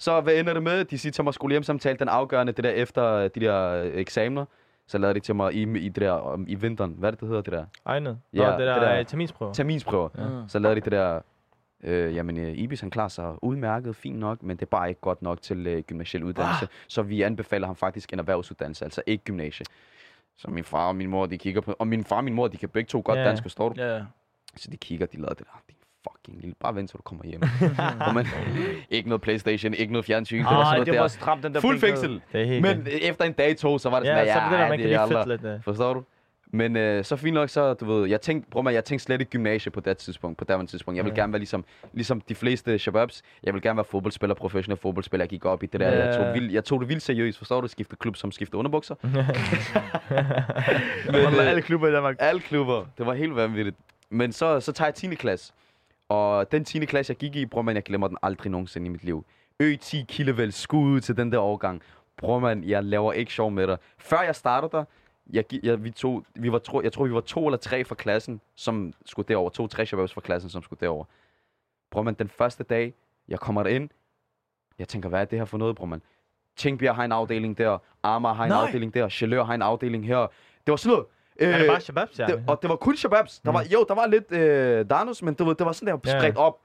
A: Så hvad ender det med? De siger til mig, skolehjemsamtale, den afgørende, det der efter øh, de der øh, eksamener. Så lavede de til mig i, i det der, om- i vinteren. Hvad er det, det hedder, det der?
D: Egnet. Nå,
A: Ja,
D: det der,
A: det der-
D: er terminsprøver.
A: terminsprøver.
B: Ja.
A: Ja. Så lavede de det der, øh, jamen øh, Ibis han klarer sig udmærket, fint nok, men det er bare ikke godt nok til øh, gymnasiel uddannelse. Ah. Så vi anbefaler ham faktisk en erhvervsuddannelse, altså ikke gymnasie. Så min far og min mor, de kigger på, og min far og min mor, de kan begge to godt
D: Ja.
A: yeah. dansk, forstår du?
C: Ja, ja.
A: Så de kigger, de lader det der, din fucking lille, bare vent, så du kommer hjem. og man, ikke noget Playstation, ikke noget fjernsyn, det var sådan
C: Ej,
A: noget
C: det var
A: der.
C: stramt, den der
A: Fuld
C: blinkede.
A: fængsel!
D: Det er helt
A: Men øh, efter en dag to, så var det
D: Ja,
A: sådan,
D: så er det det der,
A: ej,
D: man kan
A: er Øh, aldrig-
D: lige fedt lidt øh. af.
A: Forstår du? Men øh, så fint nok, så du ved, jeg tænkte, prøv mig, jeg tænkte slet ikke gymnasie på det tidspunkt, på det tidspunkt. Jeg ville
D: Ja.
A: gerne være ligesom, ligesom de fleste shababs, jeg ville gerne være fodboldspiller, professionel fodboldspiller, jeg gik op i det der, jeg,
D: Ja.
A: tog vild, jeg tog det vildt seriøst, forstår du, skifte klub som skifte
D: <laughs>
A: underbukser.
C: Men,
A: Men, øh,
C: alle klubber i Danmark.
A: alle klubber, det var helt vanvittigt. Men så, så tager jeg 10. klasse, og den 10. klasse, jeg gik i, bror man, jeg glemmer den aldrig nogensinde i mit liv. Ø 10 kildevæld skud til den der overgang. Bror man, jeg laver ikke sjov med dig. Før jeg startede der, jeg, gi- jeg, vi to, vi var, tro, jeg tror, vi var to eller tre fra klassen, som skulle derover. To, tre shababs fra klassen, som skulle derover. Bror man, den første dag, jeg kommer derind, jeg tænker, hvad er det her for noget, bror man? Tingbjerg har en afdeling der, Amager har en
C: Nej.
A: afdeling der, Chalør har en afdeling her. Det var sådan noget. Øh,
D: Er det bare shababs, ja?
A: det, og det var kun shababs. Der var, jo, der var lidt øh, Danus, men det var, det var sådan der
D: Ja.
A: spredt op.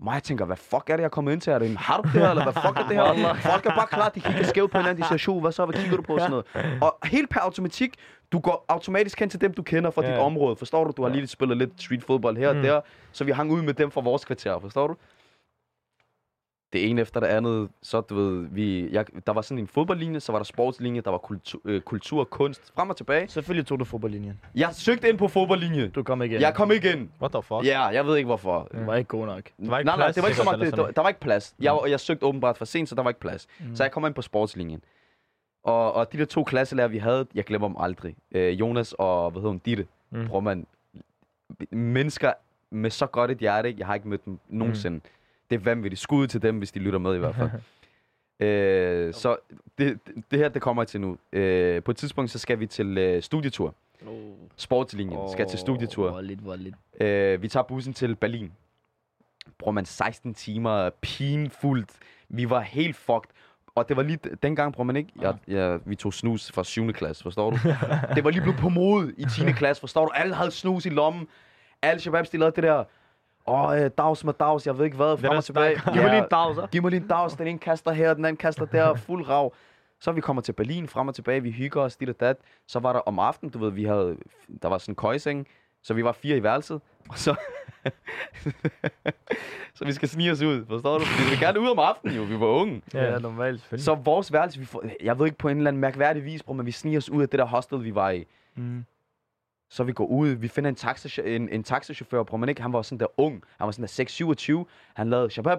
A: Mig jeg tænker, hvad fuck er det, jeg er kommet ind til? Er det en harp det her, eller hvad fuck er det her? Folk er bare klar, de kigger skævt på hinanden, de siger, "Sjo, hvad så, hvad kigger du på? og Sådan noget. Og helt per automatik, du går automatisk hen til dem, du kender fra
D: Ja.
A: dit område. Forstår du? Du har lige spillet lidt street fodbold her og
D: Mm.
A: der, så vi hang ud med dem fra vores kvarter, forstår du? Det ene efter det andet, så du ved, vi, jeg, der var sådan en fodboldlinje, så var der sportslinje, der var kultur, øh, kultur kunst, frem og tilbage.
C: Selvfølgelig tog du fodboldlinjen.
A: Jeg søgte ind på fodboldlinje.
C: Du kom igen.
A: Jeg kom ikke ind.
D: What the fuck?
A: Ja, jeg ved ikke hvorfor.
C: Du var ikke god nok.
D: Der var ikke
A: nej, nej,
D: plads, Mm.
A: det var ikke så
D: sikkert,
A: meget, det,
D: eller
A: der,
D: sådan
A: der var ikke plads. Jeg, og jeg søgte åbenbart for sent, så der var ikke plads. Mm. Så jeg kom ind på sportslinjen. Og, og de der to klasselærer, vi havde, jeg glemmer dem aldrig. Øh, Jonas og, hvad hedder hun, Ditte.
D: Mm.
A: Mm. Prøv man, mennesker med så godt et hjerte, ikke? jeg har ikke mødt dem nogensinde. Mm. Det er vanvittigt. Skud til dem, hvis de lytter med i
D: <laughs>
A: hvert fald. øh, så det, det, det her, det kommer jeg til nu. Øh, på et tidspunkt, så skal vi til øh, studietur.
B: Oh.
A: Sportslinjen. Oh. Skal til studietur.
B: Voldeligt, voldeligt.
A: Øh, vi tager bussen til Berlin. Bruger man 16 timer, pinfuldt. Vi var helt fucked. Og det var lige dengang, bruger man ikke? Jeg, jeg, vi tog snus fra 7. klasse, forstår
C: <laughs>
A: du? det var lige blevet på mode i 10. klasse, forstår du? Alle havde snus i lommen. Alle shababs, de lavede det der. Åh, oh, dags med dags, jeg ved ikke hvad, frem og tilbage.
C: Giv mig lige en dag, så.
A: Giv mig lige en dags, den ene kaster her, den anden kaster der, fuld rav. Så vi kommer til Berlin, frem og tilbage, vi hygger os, dit og dat. Så var der om aftenen, du ved, vi havde, der var sådan en køjseng, så vi var fire i værelset, og så... <laughs> så vi skal snige os ud, forstår du? Fordi vi vil gerne ud om aftenen jo, vi var unge.
D: Ja, normalt selvfølgelig.
A: Så vores værelse, vi får, jeg ved ikke på en eller anden mærkværdig vis, bro, men vi sniger os ud af det der hostel, vi var i.
C: Mm.
A: Så vi går ud, vi finder en, taxa, en, en taxachauffør, bror man ikke, han var sådan der ung, han var sådan der 6, 27, han lavede, shabab,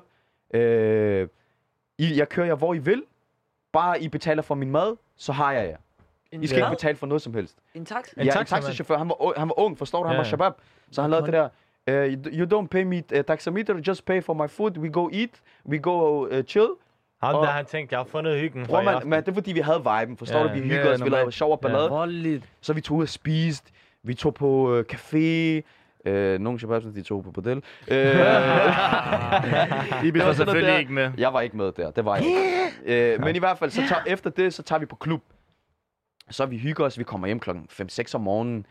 A: øh, I, jeg kører jer, hvor I vil, bare I betaler for min mad, så har jeg jer.
B: En,
A: I skal ikke betale for noget som helst.
B: En taxa?
A: En
D: En
A: ja,
D: taxamand.
A: en taxachauffør, han var, u- han var ung, forstår du, han
D: Ja,
A: var
D: ja.
A: shabab, så han lavede det der, Uh, you don't pay me uh, taxameter, just pay for my food. We go eat, we go uh, chill.
D: Ham der
A: Og-
D: har tænkt, jeg har fundet hyggen for
A: Bror,
D: i
A: man,
D: aften.
A: man, det er fordi, vi havde viben, forstår
D: Ja,
A: du? Vi
D: ja,
A: hyggede os, vi lavede
D: normalt.
A: sjov og
D: Ja.
A: ballade.
B: Voldeligt.
A: Så vi tog ud og spiste. Vi tog på øh, café. Øh, nogle shababs, de tog på
D: <laughs>
A: bordel. Øh, <laughs>
C: Vi
A: var
C: var
A: sådan noget
C: selvfølgelig
A: der.
C: ikke med.
A: jeg var ikke med der. Det var jeg ikke. Øh, men i hvert fald, så tager, efter det, så tager vi på klub. Så vi hygger os. Vi kommer hjem klokken 5-6 om morgenen.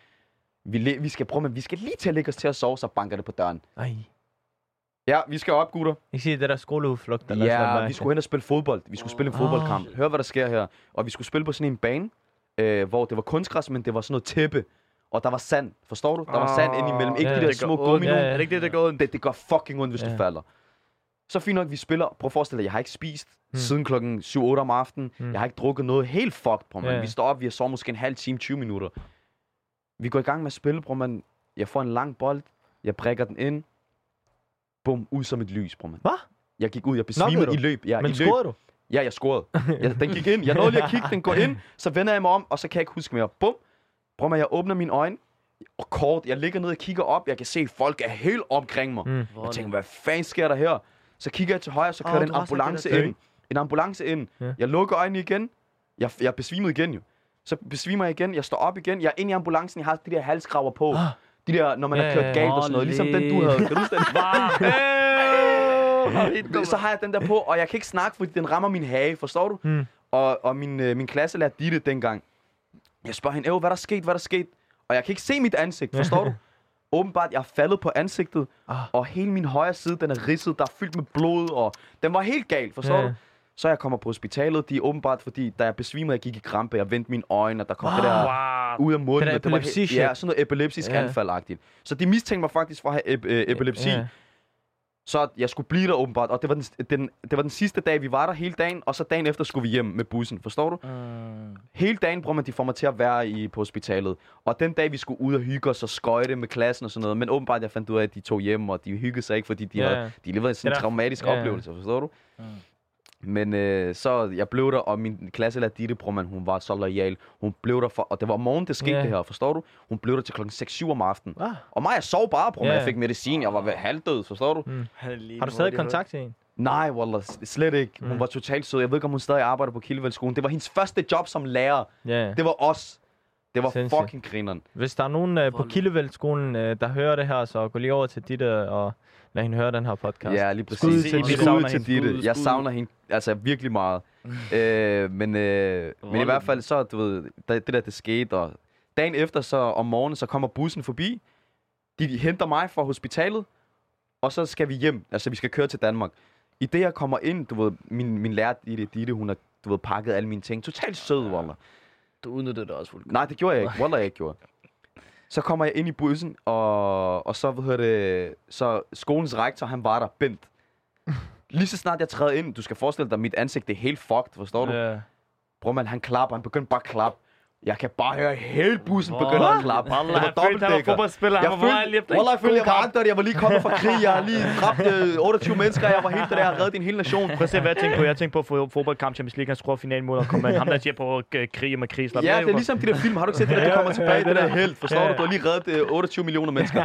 A: Vi, le- vi skal prøve, men vi skal lige til at lægge os til at sove, så banker det på døren.
D: Ej,
A: Ja, vi skal op, gutter.
D: ikke sige det altså der skoleudflugt. Eller sådan
A: Ja,
D: noget.
A: vi skulle hen og spille fodbold. Vi skulle spille en fodboldkamp. Hør, hvad der sker her. Og vi skulle spille på sådan en bane, øh, hvor det var kunstgræs, men det var sådan noget tæppe. Og der var sand, forstår du? Der var sand ind imellem. Ikke
D: Ja,
A: de der
D: det
A: små
C: ondt.
A: gummi
D: Ja,
A: nogen.
C: Er
D: ja.
C: det ikke det, der går ondt?
A: Det, det gør fucking ondt, hvis
D: Ja.
A: du falder. Så fint nok, vi spiller. Prøv at forestille dig, jeg har ikke spist
D: Mm.
A: siden klokken 7-8 om aftenen.
D: Mm.
A: Jeg har ikke drukket noget. Helt fucked, bror, man.
D: Ja.
A: Vi står op, vi har sovet måske en halv time, 20 minutter. Vi går i gang med at spille, bror, man. Jeg får en lang bold. Jeg brækker den ind. Bum, ud som et lys, bror, man.
D: Hva?
A: Jeg gik ud, jeg besvimede
D: du?
A: i løb. Ja,
D: Men
A: i løb.
D: scorede du?
A: <laughs> Ja, jeg scorede. Jeg, den gik ind. Jeg nåede lige at kigge, den går ind. Så vender jeg mig om, og så kan jeg ikke huske mere. Bum. Prøv at jeg åbner mine øjne. Og kort, jeg ligger ned og kigger op. Jeg kan se, at folk er helt omkring mig.
D: Mm.
A: Jeg tænker, hvad fanden sker der her? Så kigger jeg til højre, så kører
C: Åh,
A: oh, en
C: du har sagt det
A: ambulance
C: der.
A: ind. En ambulance ind.
D: Ja.
A: Jeg lukker øjnene igen. Jeg, jeg besvimer igen jo. Så besvimer jeg igen. Jeg står op igen. Jeg er inde i ambulancen. Jeg har de der halskraver på.
D: Ah.
A: De der, når man
D: Ja,
A: har
D: ja,
A: kørt
D: ja.
A: galt og sådan noget. Ligesom den, du havde. Kan du huske den? Øh, så har jeg den der på, og jeg kan ikke snakke, fordi den rammer min hage, forstår du?
D: Mm.
A: Og, og min, øh, min klasselærer Ditte dengang, jeg spørger hende, "Øv, hvad der er sket, hvad der er sket? Og jeg kan ikke se mit ansigt,
D: <laughs>
A: forstår du? Åbenbart, jeg er faldet på ansigtet,
D: Ah.
A: og hele min højre side, den er ridset, der er fyldt med blod, og den var helt gal, forstår
D: Ja.
A: du? Så jeg kommer på hospitalet, de er åbenbart, fordi da jeg besvimede, jeg gik i krampe, jeg vendte mine øjne, og der kom det der
C: Wow.
A: ud af munden.
D: Ah, Det der
A: og var helt-
D: epilepsi-shit.
A: Ja, sådan noget epileptisk
D: Ja.
A: yeah. anfald-agtigt. Så de mistænkte mig faktisk for at have ep- øh, epilepsi.
D: Ja.
A: Så jeg skulle blive der åbenbart, og det var, den, den, det var den sidste dag, vi var der hele dagen, og så dagen efter skulle vi hjem med bussen, forstår du?
B: <laughs> Mm.
A: Hele dagen bruger man, de får mig til at være i, på hospitalet. Og den dag, vi skulle ud og hygge os og skøjte med klassen og sådan noget, men åbenbart, jeg fandt ud af, at de tog hjem, og de hyggede sig ikke, fordi de,
D: Ja.
A: havde, de levede sådan en
D: Det er der-
A: traumatisk
D: Ja.
A: oplevelse, forstår du? Men øh, så jeg blev der, og min klasselærer Ditte Brumman, hun var så lojal. Hun blev der for, og det var om morgenen, det skete
D: Ja.
A: det her, forstår du? Hun blev der til klokken 6-7 om aftenen.
D: Ah.
A: Og mig, jeg sov bare, Brumman.
D: Ja.
A: Jeg fik medicin, jeg var ved- halvdød, forstår du?
D: Har du stadig kontakt til en?
A: Nej, Wallah, s- slet ikke. Hun
D: Mm.
A: mm. var totalt sød. Jeg ved ikke, om hun stadig arbejder på Kildevældsskolen. Det var hendes første job som lærer.
D: Ja.
A: Det var os. Det var
D: Sindssygt.
A: fucking grineren.
D: Hvis der er nogen øh, på
B: Vold.
D: Kildevældskolen, øh, der hører det her, så gå lige over til dit øh, og lad hende høre den her podcast.
A: Ja, lige præcis.
D: Skud til
A: Skud
D: Ditte.
A: Skud
D: Savner
A: til
D: hende.
A: Ditte.
B: Skud,
A: Jeg
B: skud.
A: savner hende altså virkelig
D: <laughs>
A: meget. øh, men, øh, men i
B: Volden.
A: hvert fald så, du ved, da- det der, det skete. Og dagen efter, så om morgenen, så kommer bussen forbi. De, de henter mig fra hospitalet, og så skal vi hjem. Altså, vi skal køre til Danmark. I det, jeg kommer ind, du ved, min, min lærer Ditte, Ditte, hun har du ved, pakket alle mine ting. Totalt sød, Wallah.
B: Du udnyttede det også fuldt.
A: Nej, det gjorde jeg ikke. Wallah, jeg ikke gjorde. Så kommer jeg ind i bussen, og, og så, hvad hedder det, så skolens rektor, han var der, Bent. Lige så snart jeg træder ind, du skal forestille dig, mit ansigt det er helt fucked, forstår du? Yeah.
D: Ja.
A: Bror, man, han klapper, han begyndte bare at klappe. Jeg kan bare høre hele bussen begynde
B: Wow.
A: at klappe.
C: Wallah,
A: Det var
C: han følte, han var
A: dobbeltdækker.
C: fodboldspiller. Han
A: Jeg
C: var på vej lige
A: følte,
C: efter
A: Wallah, jeg følte, jeg var
C: kamp.
A: agtørt, jeg var lige kommet fra krig, jeg har lige dræbt øh, 28 mennesker, jeg var helt det der, jeg havde reddet en hel nation.
C: <laughs> Prøv at se, hvad jeg tænkte på. Jeg tænkte på fo- fodboldkamp Champions League. Han scorer finalmål og kommer ind. Ham der siger på øh, krig med krig. Slap
A: Ja,
C: af,
A: det er
C: bro.
A: <laughs> ligesom de der film. Har du ikke set det, der, du kommer tilbage? Det der helt, forstår du? Du har lige reddet øh, 28 millioner mennesker.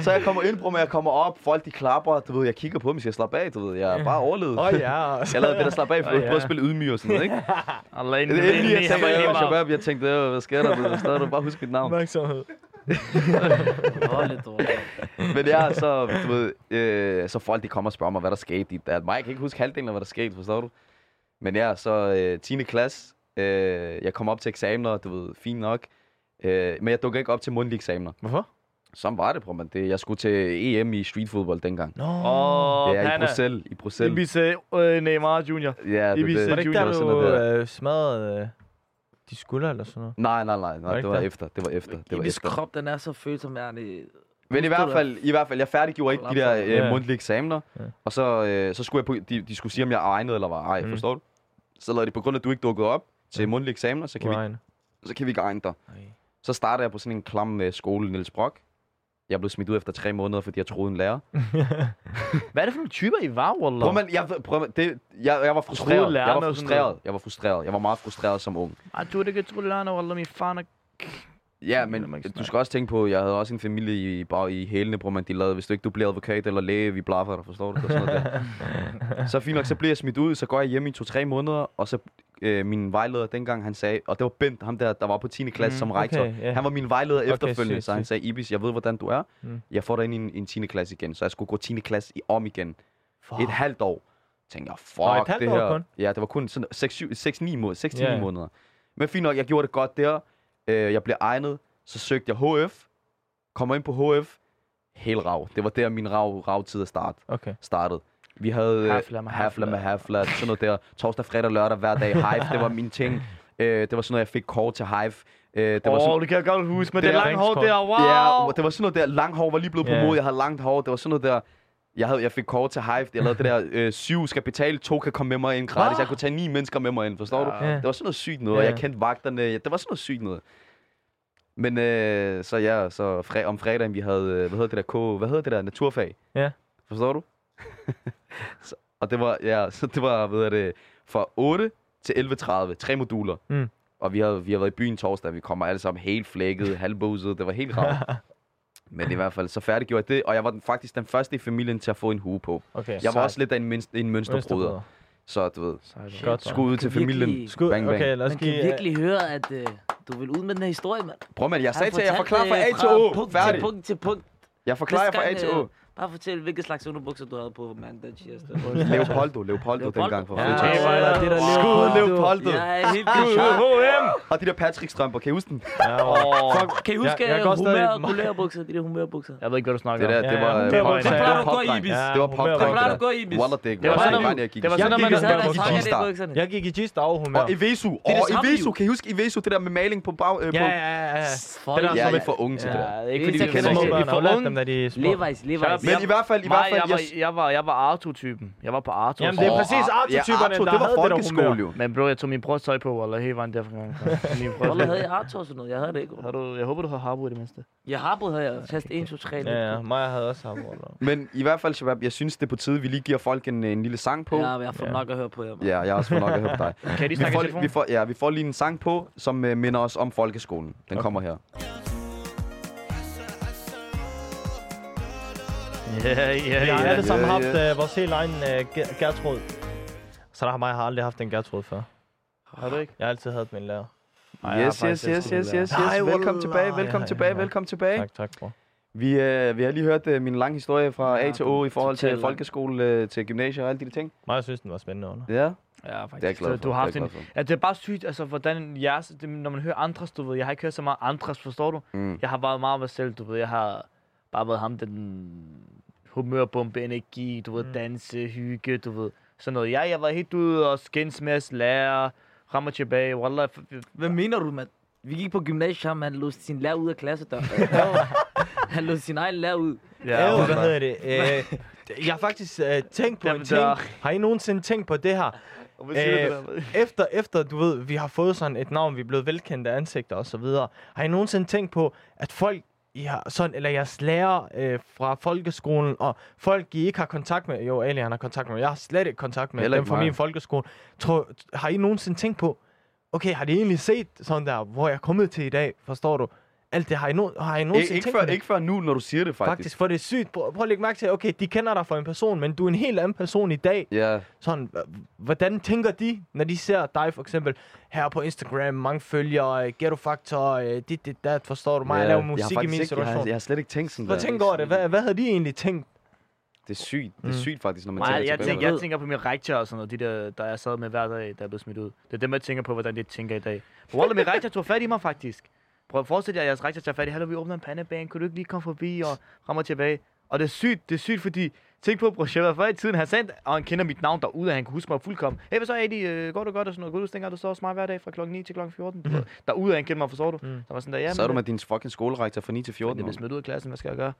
A: Så jeg kommer ind, bror, men jeg kommer op, folk de klapper, du ved, jeg kigger på dem, siger, slap af, du ved, jeg er bare overlevet.
D: <laughs> Åh ja.
A: <laughs> Jeg lavede det der slap af, for
D: Åh,
A: jeg prøvede at
D: ja.
A: spille ydmyg og sådan noget, <laughs> ikke?
C: Allah,
A: Det er endelig, jeg tænkte, jeg var shabab, jeg tænkte, "Øh, hvad sker der? Du ved, stadig, du bare husk mit navn. <laughs>
D: Opmærksomhed.
B: Hold lidt over.
A: Men jeg er så, du ved, øh, så folk de kommer og spørger mig, hvad der skete. dit der. Mig, jeg kan ikke huske halvdelen af, hvad der skete, forstår du? Men jeg er så øh, 10. klasse. Øh, jeg kommer op til eksamener, du ved, fint nok. Øh, men jeg dukker ikke op til mundtlige eksamener.
D: Hvorfor?
A: Sådan var det, bror, man. Det, jeg skulle til EM i streetfodbold dengang.
D: Nå.
C: Åh,
A: ja, i
C: Panna.
A: Bruxelles. I Bruxelles.
C: Ibiza, øh, Neymar Junior.
A: ja, det,
C: Ibiza
A: det,
D: var det ikke der,
A: var sådan
D: du
A: noget der.
D: øh, smadrede øh, de skuldre eller sådan noget?
A: Nej, nej, nej,
D: det
A: nej, det
D: ikke
A: var
D: der?
A: efter, det var efter, det var
B: Ibis
A: efter.
B: krop, den er så følsom, jeg er det...
A: Men i
B: Husker
A: hvert
B: du-
A: fald, i hvert fald, jeg færdiggjorde ikke de der øh,
D: Ja.
A: mundtlige eksamener,
D: Ja.
A: og så, øh, så skulle jeg på, de, de skulle sige, om jeg egnede eller var ej,
D: Mm.
A: forstår du? Så lavede de på grund af, at du ikke dukkede op til mundtlige eksamener, så kan, vi,
D: Uregn.
A: så kan vi ikke egne dig.
D: Ej.
A: Så startede jeg på sådan en klam øh, skole, Niels Brock. Jeg blev smidt ud efter tre måneder, fordi jeg troede en lærer.
C: Hvad er det for nogle typer, I var, Wallah?
A: Prøv, man, jeg, prøv, man, det, jeg, jeg var frustreret.
C: lærerne
A: Jeg var
C: og sådan noget.
A: frustreret. Jeg var frustreret. Jeg var meget frustreret som ung.
C: Ej, Ah, du er ikke troligt, Wallah, min far er...
A: Ja,
C: Det vil man
A: men
C: ikke
A: du
C: snakke
A: skal også tænke på, jeg havde også en familie i, bare i hælene, bror, man. De lavede, hvis du ikke du bliver advokat eller læge, vi blaffer dig, forstår du? Det var sådan noget
D: <laughs>
A: der. Så fint nok, så bliver jeg smidt ud, så går jeg hjem i to-tre måneder, og så øh, min vejleder dengang, han sagde, og det var Bent, ham der, der var på 10. klasse mm,
C: Mm,
A: som rektor.
D: okay, ja.
A: Han var min vejleder
D: Okay,
A: efterfølgende,
D: sygt,
A: så han
D: sygt.
A: sagde, Ibis, jeg ved, hvordan du er.
D: Mm.
A: Jeg får dig ind i en, i en 10. klasse igen, så jeg skulle gå 10. klasse i, om igen.
D: Fuck.
A: Et halvt år. Tænkte jeg, fuck,
D: Nå, et halvt
A: det
D: år
A: her.
D: kun?
A: Ja, det var kun sådan 6-9 måneder, 6-9
D: Ja.
A: måneder. Men fint nok, jeg gjorde det godt der. Øh, jeg blev egnet. Så søgte jeg HF. Kommer ind på HF. Helt rav. Det var der, min rav, ravtid er start,
D: Okay.
A: startede. Vi havde øh,
C: Hafla med
A: hafla med
C: hafla.
A: hafla, sådan noget der. Torsdag, fredag, lørdag, hver dag. Hive, det var min ting. Øh, det var sådan noget, jeg fik kort til Hive. Øh, det var
C: Åh,
A: sådan,
C: oh, det kan jeg godt huske, men
A: Det
C: det, det
A: er
C: lange hår
D: ringskort.
C: der,
A: Ja,
C: wow!
A: det var sådan noget der, langt hår var lige blevet på
D: Ja.
A: mode, jeg havde langt hår, det var sådan noget der, jeg, havde, jeg fik kort til Hive, jeg lavede det der, øh, syv skal betale, to kan komme med mig ind gratis, jeg kunne tage ni mennesker med mig ind, forstår du?
D: Ja.
A: Det var sådan noget sygt noget, og
D: Ja.
A: jeg kendte vagterne, ja, det var sådan noget sygt noget. Men øh, så ja, så fre- om fredagen, vi havde, øh, hvad hedder det der, K, hvad hedder det der, naturfag?
D: Ja.
A: Forstår du? <laughs> så, og det var, ja, så det var, hvad hedder det, fra 8 til 11.30, tre moduler.
D: Mm.
A: Og vi har, vi har været i byen torsdag, vi kommer alle sammen helt
D: <laughs>
A: flækket, halvbusede, det var helt rart. Men i hvert fald, så færdiggjorde jeg det, og jeg var den, faktisk den første i familien til at få en hue på.
D: Okay.
A: Jeg var også lidt af en, minst, en mønsterbruder, så du ved,
C: Sejt,
D: Godt.
A: skud ud
B: Kan
A: til familien.
B: virkelig-
D: Skud.
A: Bang, bang.
D: Okay, lad os
B: Man kan
D: give... øh,
B: virkelig høre, at øh, du vil ud med den her historie, mand.
A: Prøv man, jeg
B: Han
A: sagde til jer, jeg
B: fortalte,
A: forklarer fra A
B: øh,
A: til Å,
B: punkt til
A: færdig.
B: punkt til punkt.
A: Jeg forklarer jer
B: Næste
A: fra A
B: gang,
A: til
B: øh,
A: Å.
B: Bare fortæl, hvilke slags underbukser du havde på mandag,
A: <laughs>
B: tirsdag.
A: Leopoldo, Leopoldo
B: Leopoldo.
A: dengang fra
D: Ja,
A: Fredericia.
C: det var-
D: det der
A: Skud
D: Leopoldo.
A: Leopoldo.
B: Jeg er helt
C: Skud ud,
B: vildt.
C: H&M!
A: Og de der Patrick-strømper, kan I huske den?
D: Ja, wow.
C: Åh,
B: Kan I huske
D: Jeg- jeg kan også stadig-
B: humør- humørbukser? De der humørbukser.
C: Jeg ved ikke, hvad du snakker
A: Det der,
C: om.
D: Ja,
A: det var
D: ja,
A: øh,
D: det var-
A: pop-
D: det
A: det var
D: var-
B: det var-
A: popdreng.
B: Ja,
A: Det var
D: humør-
A: popdreng.
B: Plejer du
A: det
B: at gå i,
A: der.
B: Ibis?
A: Wallah, det ikke.
C: Det var
A: Wallah,
C: sådan,
A: det var det, jeg gik i.
C: det var
A: Jeg
C: sådan,
A: gik
C: man-
A: i
B: Så er
A: sådan
B: der
A: noget
B: takker, det er
A: G-star.
B: bukserne.
D: Jeg gik i G's daghumør.
A: Og Evesu.
B: er det
A: Åh,
B: samme,
A: Evesu.
B: jo.
A: Kan I huske Evesu, det der med maling på bag... øh,
D: Ja,
A: på-
D: ja, ja. ja.
B: Folk-
D: Det der-
A: Jeg er
D: som er-
A: lidt for unge til det der.
D: Ja, det er ikke fordi,
B: Det
D: vi
B: er
D: kender
B: små
D: ikke. Vi
C: børn,
D: får
C: og lad
D: unge.
C: dem,
D: dem, da de er små.
B: Levi's, Levi's.
A: Men i hvert fald, i
C: Nej,
A: hvert
C: jeg
A: fald...
C: var, jeg var, jeg var Arto-typen. Jeg var på Arto.
D: Jamen, det er
A: Åh,
D: præcis
A: ja,
D: arketyperne,
A: Arthur,
D: der
A: det var
D: havde det der
A: folkeskole
D: humør.
A: jo.
C: Men bro, jeg tog min brors tøj på, Wallah, hele vejen derfra. Min brors
B: Hvorfor havde jeg Arthur og sådan noget? Jeg havde det ikke.
C: Har du, jeg håber, du har Harbo i det mindste.
B: Jeg har brugt her. Tast 1, 2, 3.
D: Ja, ja. Maja havde også ham. Wallah.
A: Men i hvert fald, Shabab, jeg synes, det er på tide, vi lige giver folk en, en lille sang på.
B: Ja,
A: Ja,
B: jeg har fået
D: Ja.
B: nok at høre på jer, mand.
A: jeg har også fået nok at høre på dig.
C: <laughs> Kan de
A: Vi
C: snakke i
A: får,
C: telefon?
A: vi, får, ja, vi får lige en sang på, som øh, minder os om folkeskolen. Den kommer her.
C: Ja, ja,
D: Vi har
C: ja.
D: alle sammen
A: ja,
D: haft
A: ja.
D: øh, vores helt egen øh, Ger- Gertrud. Så der har mig har aldrig haft en Gertrud før.
C: Har du ikke?
D: Jeg har altid haft min lærer.
C: Nej, jeg har
A: Yes, yes,
C: faktisk
A: yes,
C: elsket
A: yes,
C: det der.
A: yes,
D: Nej,
A: yes. Velkommen
D: wallah.
A: tilbage, velkommen
D: Ja,
A: tilbage,
D: ja.
A: velkommen tilbage.
D: Tak, tak, bror.
A: Vi, øh, vi har lige hørt øh, min lange historie fra
B: Ja,
A: A til O i forhold til
B: totalt lang.
A: folkeskole, øh, til gymnasiet og alle de der ting.
D: Mig synes, den var spændende under.
A: Ja, det
C: Ja,
A: er jeg
C: faktisk.
A: glad for.
C: Du har haft
A: det er
C: en...
A: jeg glad
C: Ja, det er bare sygt, altså, hvordan jeres... Det, når man hører andres, du ved... Jeg har ikke hørt så meget andres, forstår du?
A: for. Mm.
C: Jeg har været meget mig selv, du ved. Jeg har bare været ham, den humørbombe, energi, du ved,
D: Mm.
C: danse, hygge, du ved. Sådan noget. Jeg, jeg var helt ude og skins med os, lærer, rammer tilbage, wallah. f- f-
B: Hvad mener du, mand? Vi gik på gymnasiet sammen, han låste sin lærer ud af klassedøren. <laughs> han låste sin egen lærer ud.
D: Ja,
C: wallah.
D: hvad hedder det? Øh, jeg har faktisk øh, tænkt på en
C: Jamen, der-
D: ting. Har I nogensinde tænkt på det her?
C: Hvad siger du
D: Øh,
C: det der?
D: Efter, efter, du ved, vi har fået sådan et navn, vi er blevet velkendte ansigter og så videre. Har I nogensinde tænkt på, at folk, I har sådan, eller jeres lærer øh, fra folkeskolen, og folk, I ikke har kontakt med, jo, Ali, han har kontakt med, jeg har slet ikke kontakt med
A: Heller
D: dem
A: ikke
D: fra
A: mig.
D: min folkeskole. Tror, har I nogensinde tænkt på, okay, har de egentlig set sådan der, hvor jeg er kommet til i dag, forstår du? Alt det har I, no, har I
A: Ik-
D: nogensinde
A: ikke,
D: tænkt
A: før,
D: på det?
A: ikke før nu, når du siger det, faktisk.
D: Faktisk, for det er sygt. Prøv, prøv at lægge mærke til, okay, de kender dig for en person, men du er en helt anden person i dag.
A: Ja,
D: Sådan, h- hvordan tænker de, når de ser dig for eksempel her på Instagram, mange følgere, øh, Ghetto Factor, øh, dit, dit, dat, forstår du mig, jeg
A: ja.
D: laver
A: har
D: musik i
A: faktisk ikke, jeg,
D: min
A: har,
D: situation.
A: jeg har slet ikke tænkt sådan
D: Prøv
A: der.
D: at tænke over det. Hvad, hvad havde de egentlig tænkt?
A: Det er sygt. Det er
D: Mm.
A: sygt, faktisk, når man
C: Nej,
A: tænker
C: jeg,
A: tilbage.
C: tænker,
A: på det.
C: jeg tænker på mine rektor og sådan noget, de der, der jeg sad med hver dag, der er blevet smidt ud. Det er dem, jeg tænker på, hvordan de tænker i dag. For Wallah, min rektor tog fat i mig faktisk. Prøv at forestille jer, at jeres rektor tager fat i, hallo, vi åbner en pandebane, kunne du ikke lige komme forbi og rammer tilbage? Og det er sygt, det er sygt, fordi tænk på, bror, Shabba, før i tiden, han sagde, og han kender mit navn derude, og han kan huske mig fuldkommen. Hey, hvad så, Adi, øh, går du godt og sådan noget? Går du dengang, du står hos mig hver dag fra klokken 9 til klokken 14? Du ved, Derude, han kendte mig, forstår du?
D: Mm.
C: Så var sådan der, ja,
A: Mm. Så er du med din fucking skolerektor fra 9 til
C: jeg
A: 14
C: bliver
A: år.
C: smidt ud af klassen, hvad skal jeg gøre?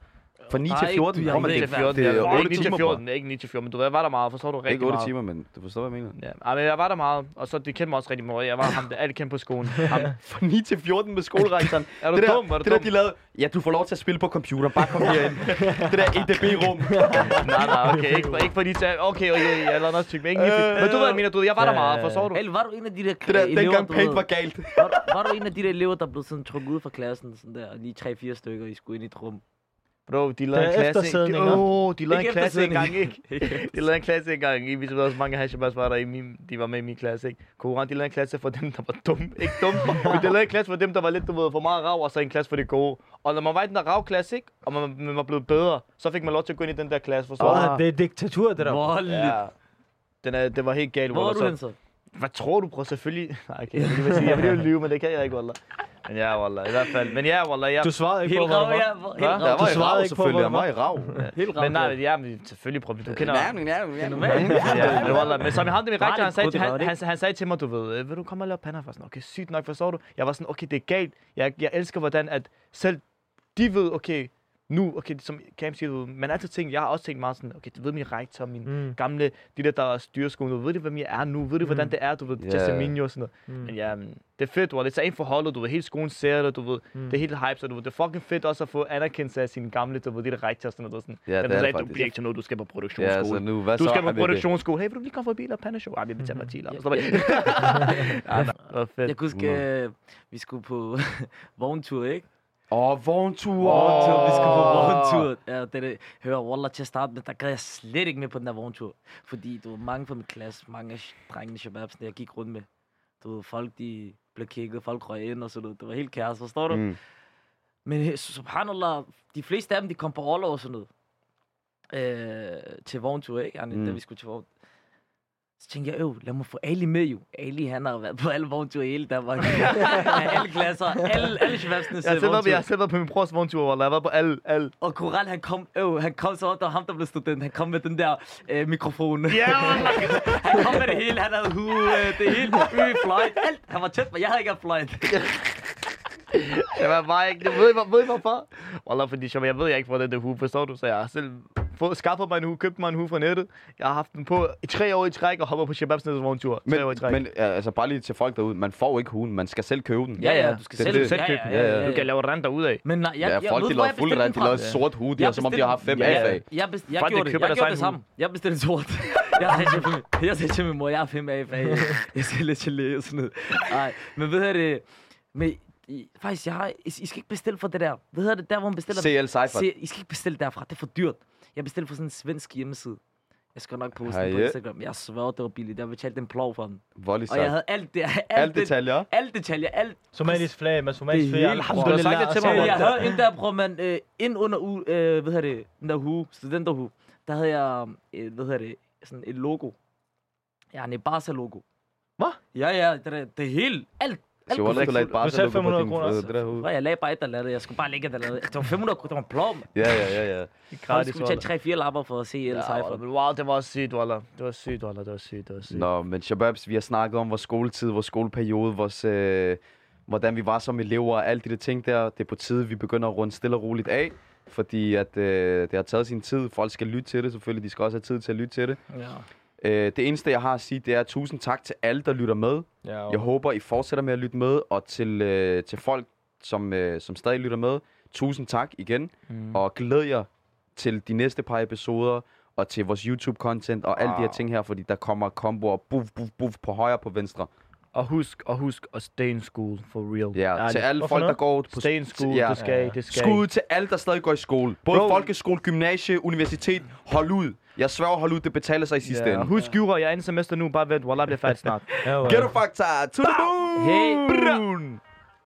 A: Fra 9 til
B: Nej,
A: 14?
B: du- jeg
A: Hvor man
B: ved
A: det
B: ikke,
A: er
B: hvad-
A: 14, det er
B: Nej,
A: 8
C: ikke 9 til
A: timer, bror.
C: 14, det er ikke 9 til 14, men du ved, jeg var der meget, forstår du
A: Det er
C: rigtig
A: ikke 8
C: meget.
A: timer, men du forstår, hvad jeg mener.
C: Ja, ej, men jeg var der meget, og så de kendte mig også rigtig meget. Jeg var ham, der alle kendte på <laughs> skolen. Ham,
A: Fra 9 til 14 med skolerektoren.
C: er du
A: det der,
C: dum? Var du
A: det
C: dum?
A: der, de lavede, ja, du får lov til at spille på computer, bare kom
B: <laughs>
A: herind. det der E EDB-rum.
C: nej, nej, okay, ikke, for- ikke fordi de Okay, okay, jeg lavede også tyk, men ikke lige fordi- Men du ved, hvad jeg mener, du ved, jeg var der
D: Ja,
C: meget,
D: ja, ja.
C: forstår du?
B: Eller var du en af de der
A: Det der,
B: elever,
A: dengang
B: du
A: paint
B: ved-
A: var galt.
B: var, var, du en af de der elever, der blev sådan trukket ud fra klassen, sådan der, og lige 3-4 stykker, I skulle ind i et rum?
C: Bro, de
D: Der
C: lavede
D: er
C: en klasse. Åh, de,
D: eftersidninger.
C: oh, de lavede en
B: Ikke
C: klasse engang, ikke?
B: eftersidninger. Ikke
C: <laughs> De lavede en klasse engang, ikke? Vi ved også, mange hashabas var der i min, de var med i min klasse, ikke? Koran, de lavede en klasse for dem, der var dumme. Ikke
D: <laughs>
C: dumme, men de lavede en klasse for dem, der var lidt, du ved, for meget rav, og så en klasse for det gode. Og når man var i den der rav-klasse, ikke? Og man, man var blevet bedre, så fik man lov til at gå ind i den der klasse, forstår du?
D: Åh, det er diktatur, det der.
B: Voldeligt.
C: Ja. Den er, det var helt galt.
B: Hvor er
C: Wallah,
B: du
C: så-
B: hen så?
C: Hvad tror du, bror? Selvfølgelig. Nej, okay, jeg vil lige vil sige, jeg vil lige lyve, men det kan jeg ikke, Wallah. Men ja, Wallah, i hvert fald. Men ja, Wallah, ja.
D: Du svarede ikke på,
B: Helt
D: hvor
B: rav,
D: du var.
B: ja. hvor- Helt
C: Hva?
A: Jeg var
B: rav.
D: Du
A: i
D: svarede
A: rav,
D: ikke på,
A: selvfølgelig. Jeg
D: hvor-
A: var i rav.
B: Helt rav.
C: Men nej, men ja, men selvfølgelig, bror, du kender
A: Ja, men ja, men ja, men ja.
B: Normalt.
C: Ja, men Wallah, men som ham, det min
B: Nej,
C: rektor, han sagde,
B: det
C: til,
B: var
C: han,
B: det.
C: han, han, sagde til mig, du ved, øh, vil du komme og lave pander? Jeg var sådan, okay, sygt nok, forstår du? Jeg var sådan, okay, det er galt. Jeg, jeg elsker, hvordan at selv de ved, okay, nu, okay, som Cam siger, du ved, man har altid tænkt, jeg har også tænkt meget sådan, okay, du ved min rektor, min
D: Mm.
C: gamle, de der, der styrer skolen, du ved det, hvem jeg er nu, ved det, hvordan
D: Mm.
C: det er, du ved,
A: Ja. Mm.
C: yeah. Jasmine og sådan noget. Men ja, men det er fedt, du har lidt for holdet, du ved, hele skolen ser det, du ved,
D: Mm.
C: mm. det er helt hype, så du ved, det er fucking fedt også at få anerkendelse af sine gamle, du ved, det der rektor og sådan noget, sådan.
A: Ja, det
C: Men
A: er
C: du
A: det
C: du
A: faktisk.
C: bliver ikke til noget, du skal på
A: Ja,
C: produktionsskole.
A: så nu, hvad så?
C: du skal på
A: Hamid?
C: produktionsskole. Hey, vil du lige komme forbi og pande show? Ej, vi betaler 10 eller sådan noget. <laughs> Det var Ah, fedt.
B: Jeg kan huske, øh, vi skulle på <laughs> vogntur, ikke?
A: Åh, vogntur.
B: Vogntur, vi skulle på vogntur. Ja, det er det. Hør, Wallah, til at starte med, der gad jeg slet ikke med på den der vogntur. Fordi du var mange fra min klasse, mange af sh- drengene, shababs, jeg gik rundt med. Du ved, folk de blev kigget, folk røg ind og sådan noget. Det var helt kaos, forstår du? Mm.
A: Mm.
B: Men øh, subhanallah, de fleste af dem, de kom på overlov og sådan noget. Øh, til vogntur, ikke? Arne, mm. da
A: Mm.
B: vi skulle til vogn. Så tænkte jeg, øv, lad mig få Ali med jo. Ali, han har været på alle vognture i hele <laughs> Danmark. Af alle klasser, alle, alle shababsene
C: Jeg har selv været- jeg har selv været på min brors vogntur, og jeg har været på alle, alle.
B: Og Koral, han kom, øh, han kom så op, der var ham, der blev student. Han kom med den der øh, mikrofon. <laughs>
C: Ja,
B: han kom med det hele. Han havde hue, øh, det hele. Øh, fløjt, alt. Han var tæt på. Jeg havde ikke haft fløjt.
C: det var bare ikke. Det ved I, hvor- ved I hvorfor? Wallah, fordi Shabba, jeg ved jeg ikke, hvor den der hue, forstår du? Så jeg har selv fået, skaffet mig en hue, købt mig en hue fra nettet. Jeg har haft den på i tre år i træk og hopper på Shababs nettet vogntur. Tre år i
A: Men,
C: træk.
A: men ja, altså bare lige til folk derude, man får ikke hunden, man skal selv købe den.
B: Ja, ja, du skal
A: Det er
B: selv,
A: det.
C: Selv
B: ja,
C: købe
B: ja,
C: den.
B: ja, ja, ja.
C: Du kan lave renter ud
B: <laughs>
C: af.
B: Men nej, jeg,
A: Ja,
B: jeg,
A: folk
B: ved,
A: de lavede
B: hvor jeg
A: fuld
B: bestilte
A: rent, de
B: den fra.
A: lavede sort hue, de
B: Jeg
A: har, som om de
B: bestilte-
A: har haft fem
B: Ja,
A: A-fag.
B: Jeg, best, jeg
C: Folk, de
B: gjorde det,
C: køber
B: jeg
C: deres
B: gjorde
C: egen
B: det samme. Jeg bestilte sort. <laughs> jeg, sagde til min, jeg sagde til min mor, jeg har fem A-fag. Jeg skal lidt gelé og sådan noget. Nej, men ved jeg det... Men, I, faktisk, jeg har, I, I skal ikke bestille for det der. Hvad hedder det, der hvor man bestiller
A: CL Cypher.
B: Se, I skal ikke bestille derfra, det er for dyrt. Jeg bestilte fra sådan en svensk hjemmeside. Jeg skal nok poste den på
A: Hej.
B: Instagram. Jeg sværger, det var billigt. Jeg betalte en plov for den.
A: Volley
B: Og jeg
A: sagt.
B: havde alt det. Alt,
A: Alle
B: det,
A: detaljer.
B: alle detaljer. Alt.
D: Somalisk flag med somalisk
B: Det er
D: flag.
B: helt-
D: alhamdulillah,
C: Du har sagt det til mig,
D: og så-
B: Øh, jeg havde en der, bror, man, øh, ind under u, øh, hvad hedder det, den der hue, studenterhue. Der havde jeg, øh, hvad hedder det, sådan et logo. Ja, en Barca-logo.
D: Hvad?
B: Ja, ja, det, der- det hele. Alt.
A: Så jeg
D: perfekt.
A: du lagde bare
D: Du
A: så
D: sagde
A: lukke på
D: 500
A: din
D: kroner,
A: øh,
D: altså.
A: det der hue.
B: Bror, jeg lagde bare et eller andet. Jeg skulle bare lægge et eller andet. Det var 500 kroner. Det var en plov, mand.
A: Ja, ja, ja, ja.
B: Folk
C: Gratis,
B: skulle betale
C: Wallah.
B: 3-4 lapper for at se El
C: Ja,
B: Cypher.
C: Wallah, men wow, det var også sygt, Wallah. Det var sygt, Wallah. Det var sygt, det var sygt.
A: Nå, men Shababs, vi har snakket om vores skoletid, vores skoleperiode, vores, øh, hvordan vi var som elever og alle de der ting der. Det er på tide, vi begynder at runde stille og roligt af, fordi at, øh, det har taget sin tid. Folk skal lytte til det selvfølgelig, de skal også have tid til at lytte til det.
B: Ja.
A: Øh, det eneste, jeg har at sige, det er tusind tak til alle, der lytter med.
D: Ja,
A: Jeg håber, I fortsætter med at lytte med, og til, øh, til folk, som, øh, som stadig lytter med, tusind tak igen, mm. og glæd jer til de næste par episoder, og
C: Ah.
A: til vores YouTube-content, og alle de her ting her, fordi der kommer komboer, buff, buff, buff, på højre og på venstre.
C: Og husk, og husk, og stay in school for real.
A: Ja, til
C: Ærligt.
A: alle
D: Hvorfor
A: folk, der
D: noget?
A: går på
C: Stay in school,
A: ja.
C: det skal I, det skal I.
A: Skud til alle, der stadig går i skole. Både
C: Bro.
A: Bro. folkeskole, gymnasie, universitet. Hold ud. Jeg sværger, hold ud. Det betaler sig i sidste
C: Ja,
A: yeah.
C: og
A: ende.
C: husk jura, jeg er inde semester nu, bare vent, wallah, bliver færdig snart.
D: Ja, jo,
A: Get
D: ja.
A: a factor to the moon!
B: Hey.
A: Brun!